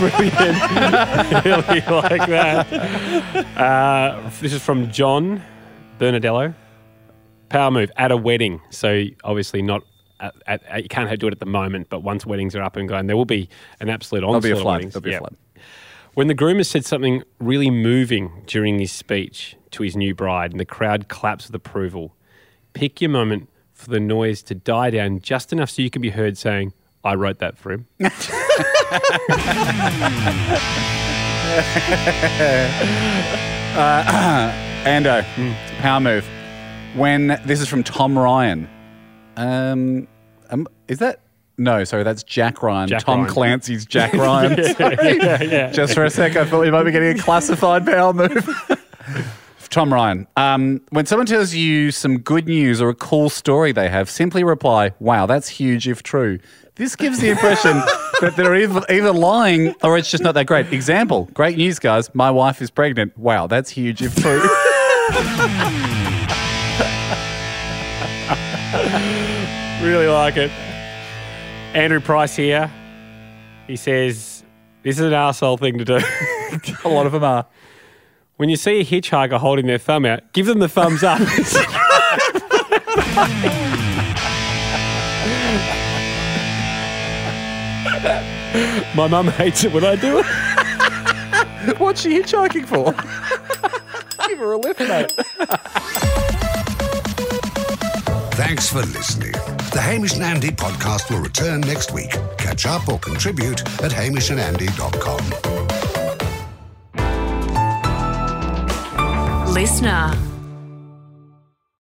Speaker 3: really like that. Uh, this is from John Bernadello. Power move at a wedding. So obviously not. At, at, at- you can't do it at the moment, but once weddings are up and going, there will be an absolute onslaught.
Speaker 4: There'll be a
Speaker 3: of
Speaker 4: flood.
Speaker 3: weddings.
Speaker 4: There'll be
Speaker 3: Yeah.
Speaker 4: a flood.
Speaker 3: When the groom has said something really moving during his speech to his new bride and the crowd claps with approval, pick your moment for the noise to die down just enough so you can be heard saying, I wrote that for him.
Speaker 4: Ando, power move. When this is from Tom Ryan. Um, um, is that no? Sorry, that's Jack Ryan.
Speaker 3: Jack
Speaker 4: Tom
Speaker 3: Ryan.
Speaker 4: Clancy's Jack Ryan. Sorry. Just for a sec, I thought we might be getting a classified power move. Tom Ryan. Um, when someone tells you some good news or a cool story they have, simply reply, "Wow, that's huge if true." This gives the impression that they're either, either lying or it's just not that great. Example: Great news, guys. My wife is pregnant. Wow, that's huge if true.
Speaker 3: Really like it. Andrew Price here. He says, This is an asshole thing to do.
Speaker 4: a lot of them are.
Speaker 3: when you see a hitchhiker holding their thumb out, give them the thumbs up. My mum hates it when I do it.
Speaker 4: What's she hitchhiking for? Give her a lift, mate.
Speaker 2: Thanks for listening. The Hamish and Andy podcast will return next week. Catch up or contribute at hamishandandy.com.
Speaker 7: Listener.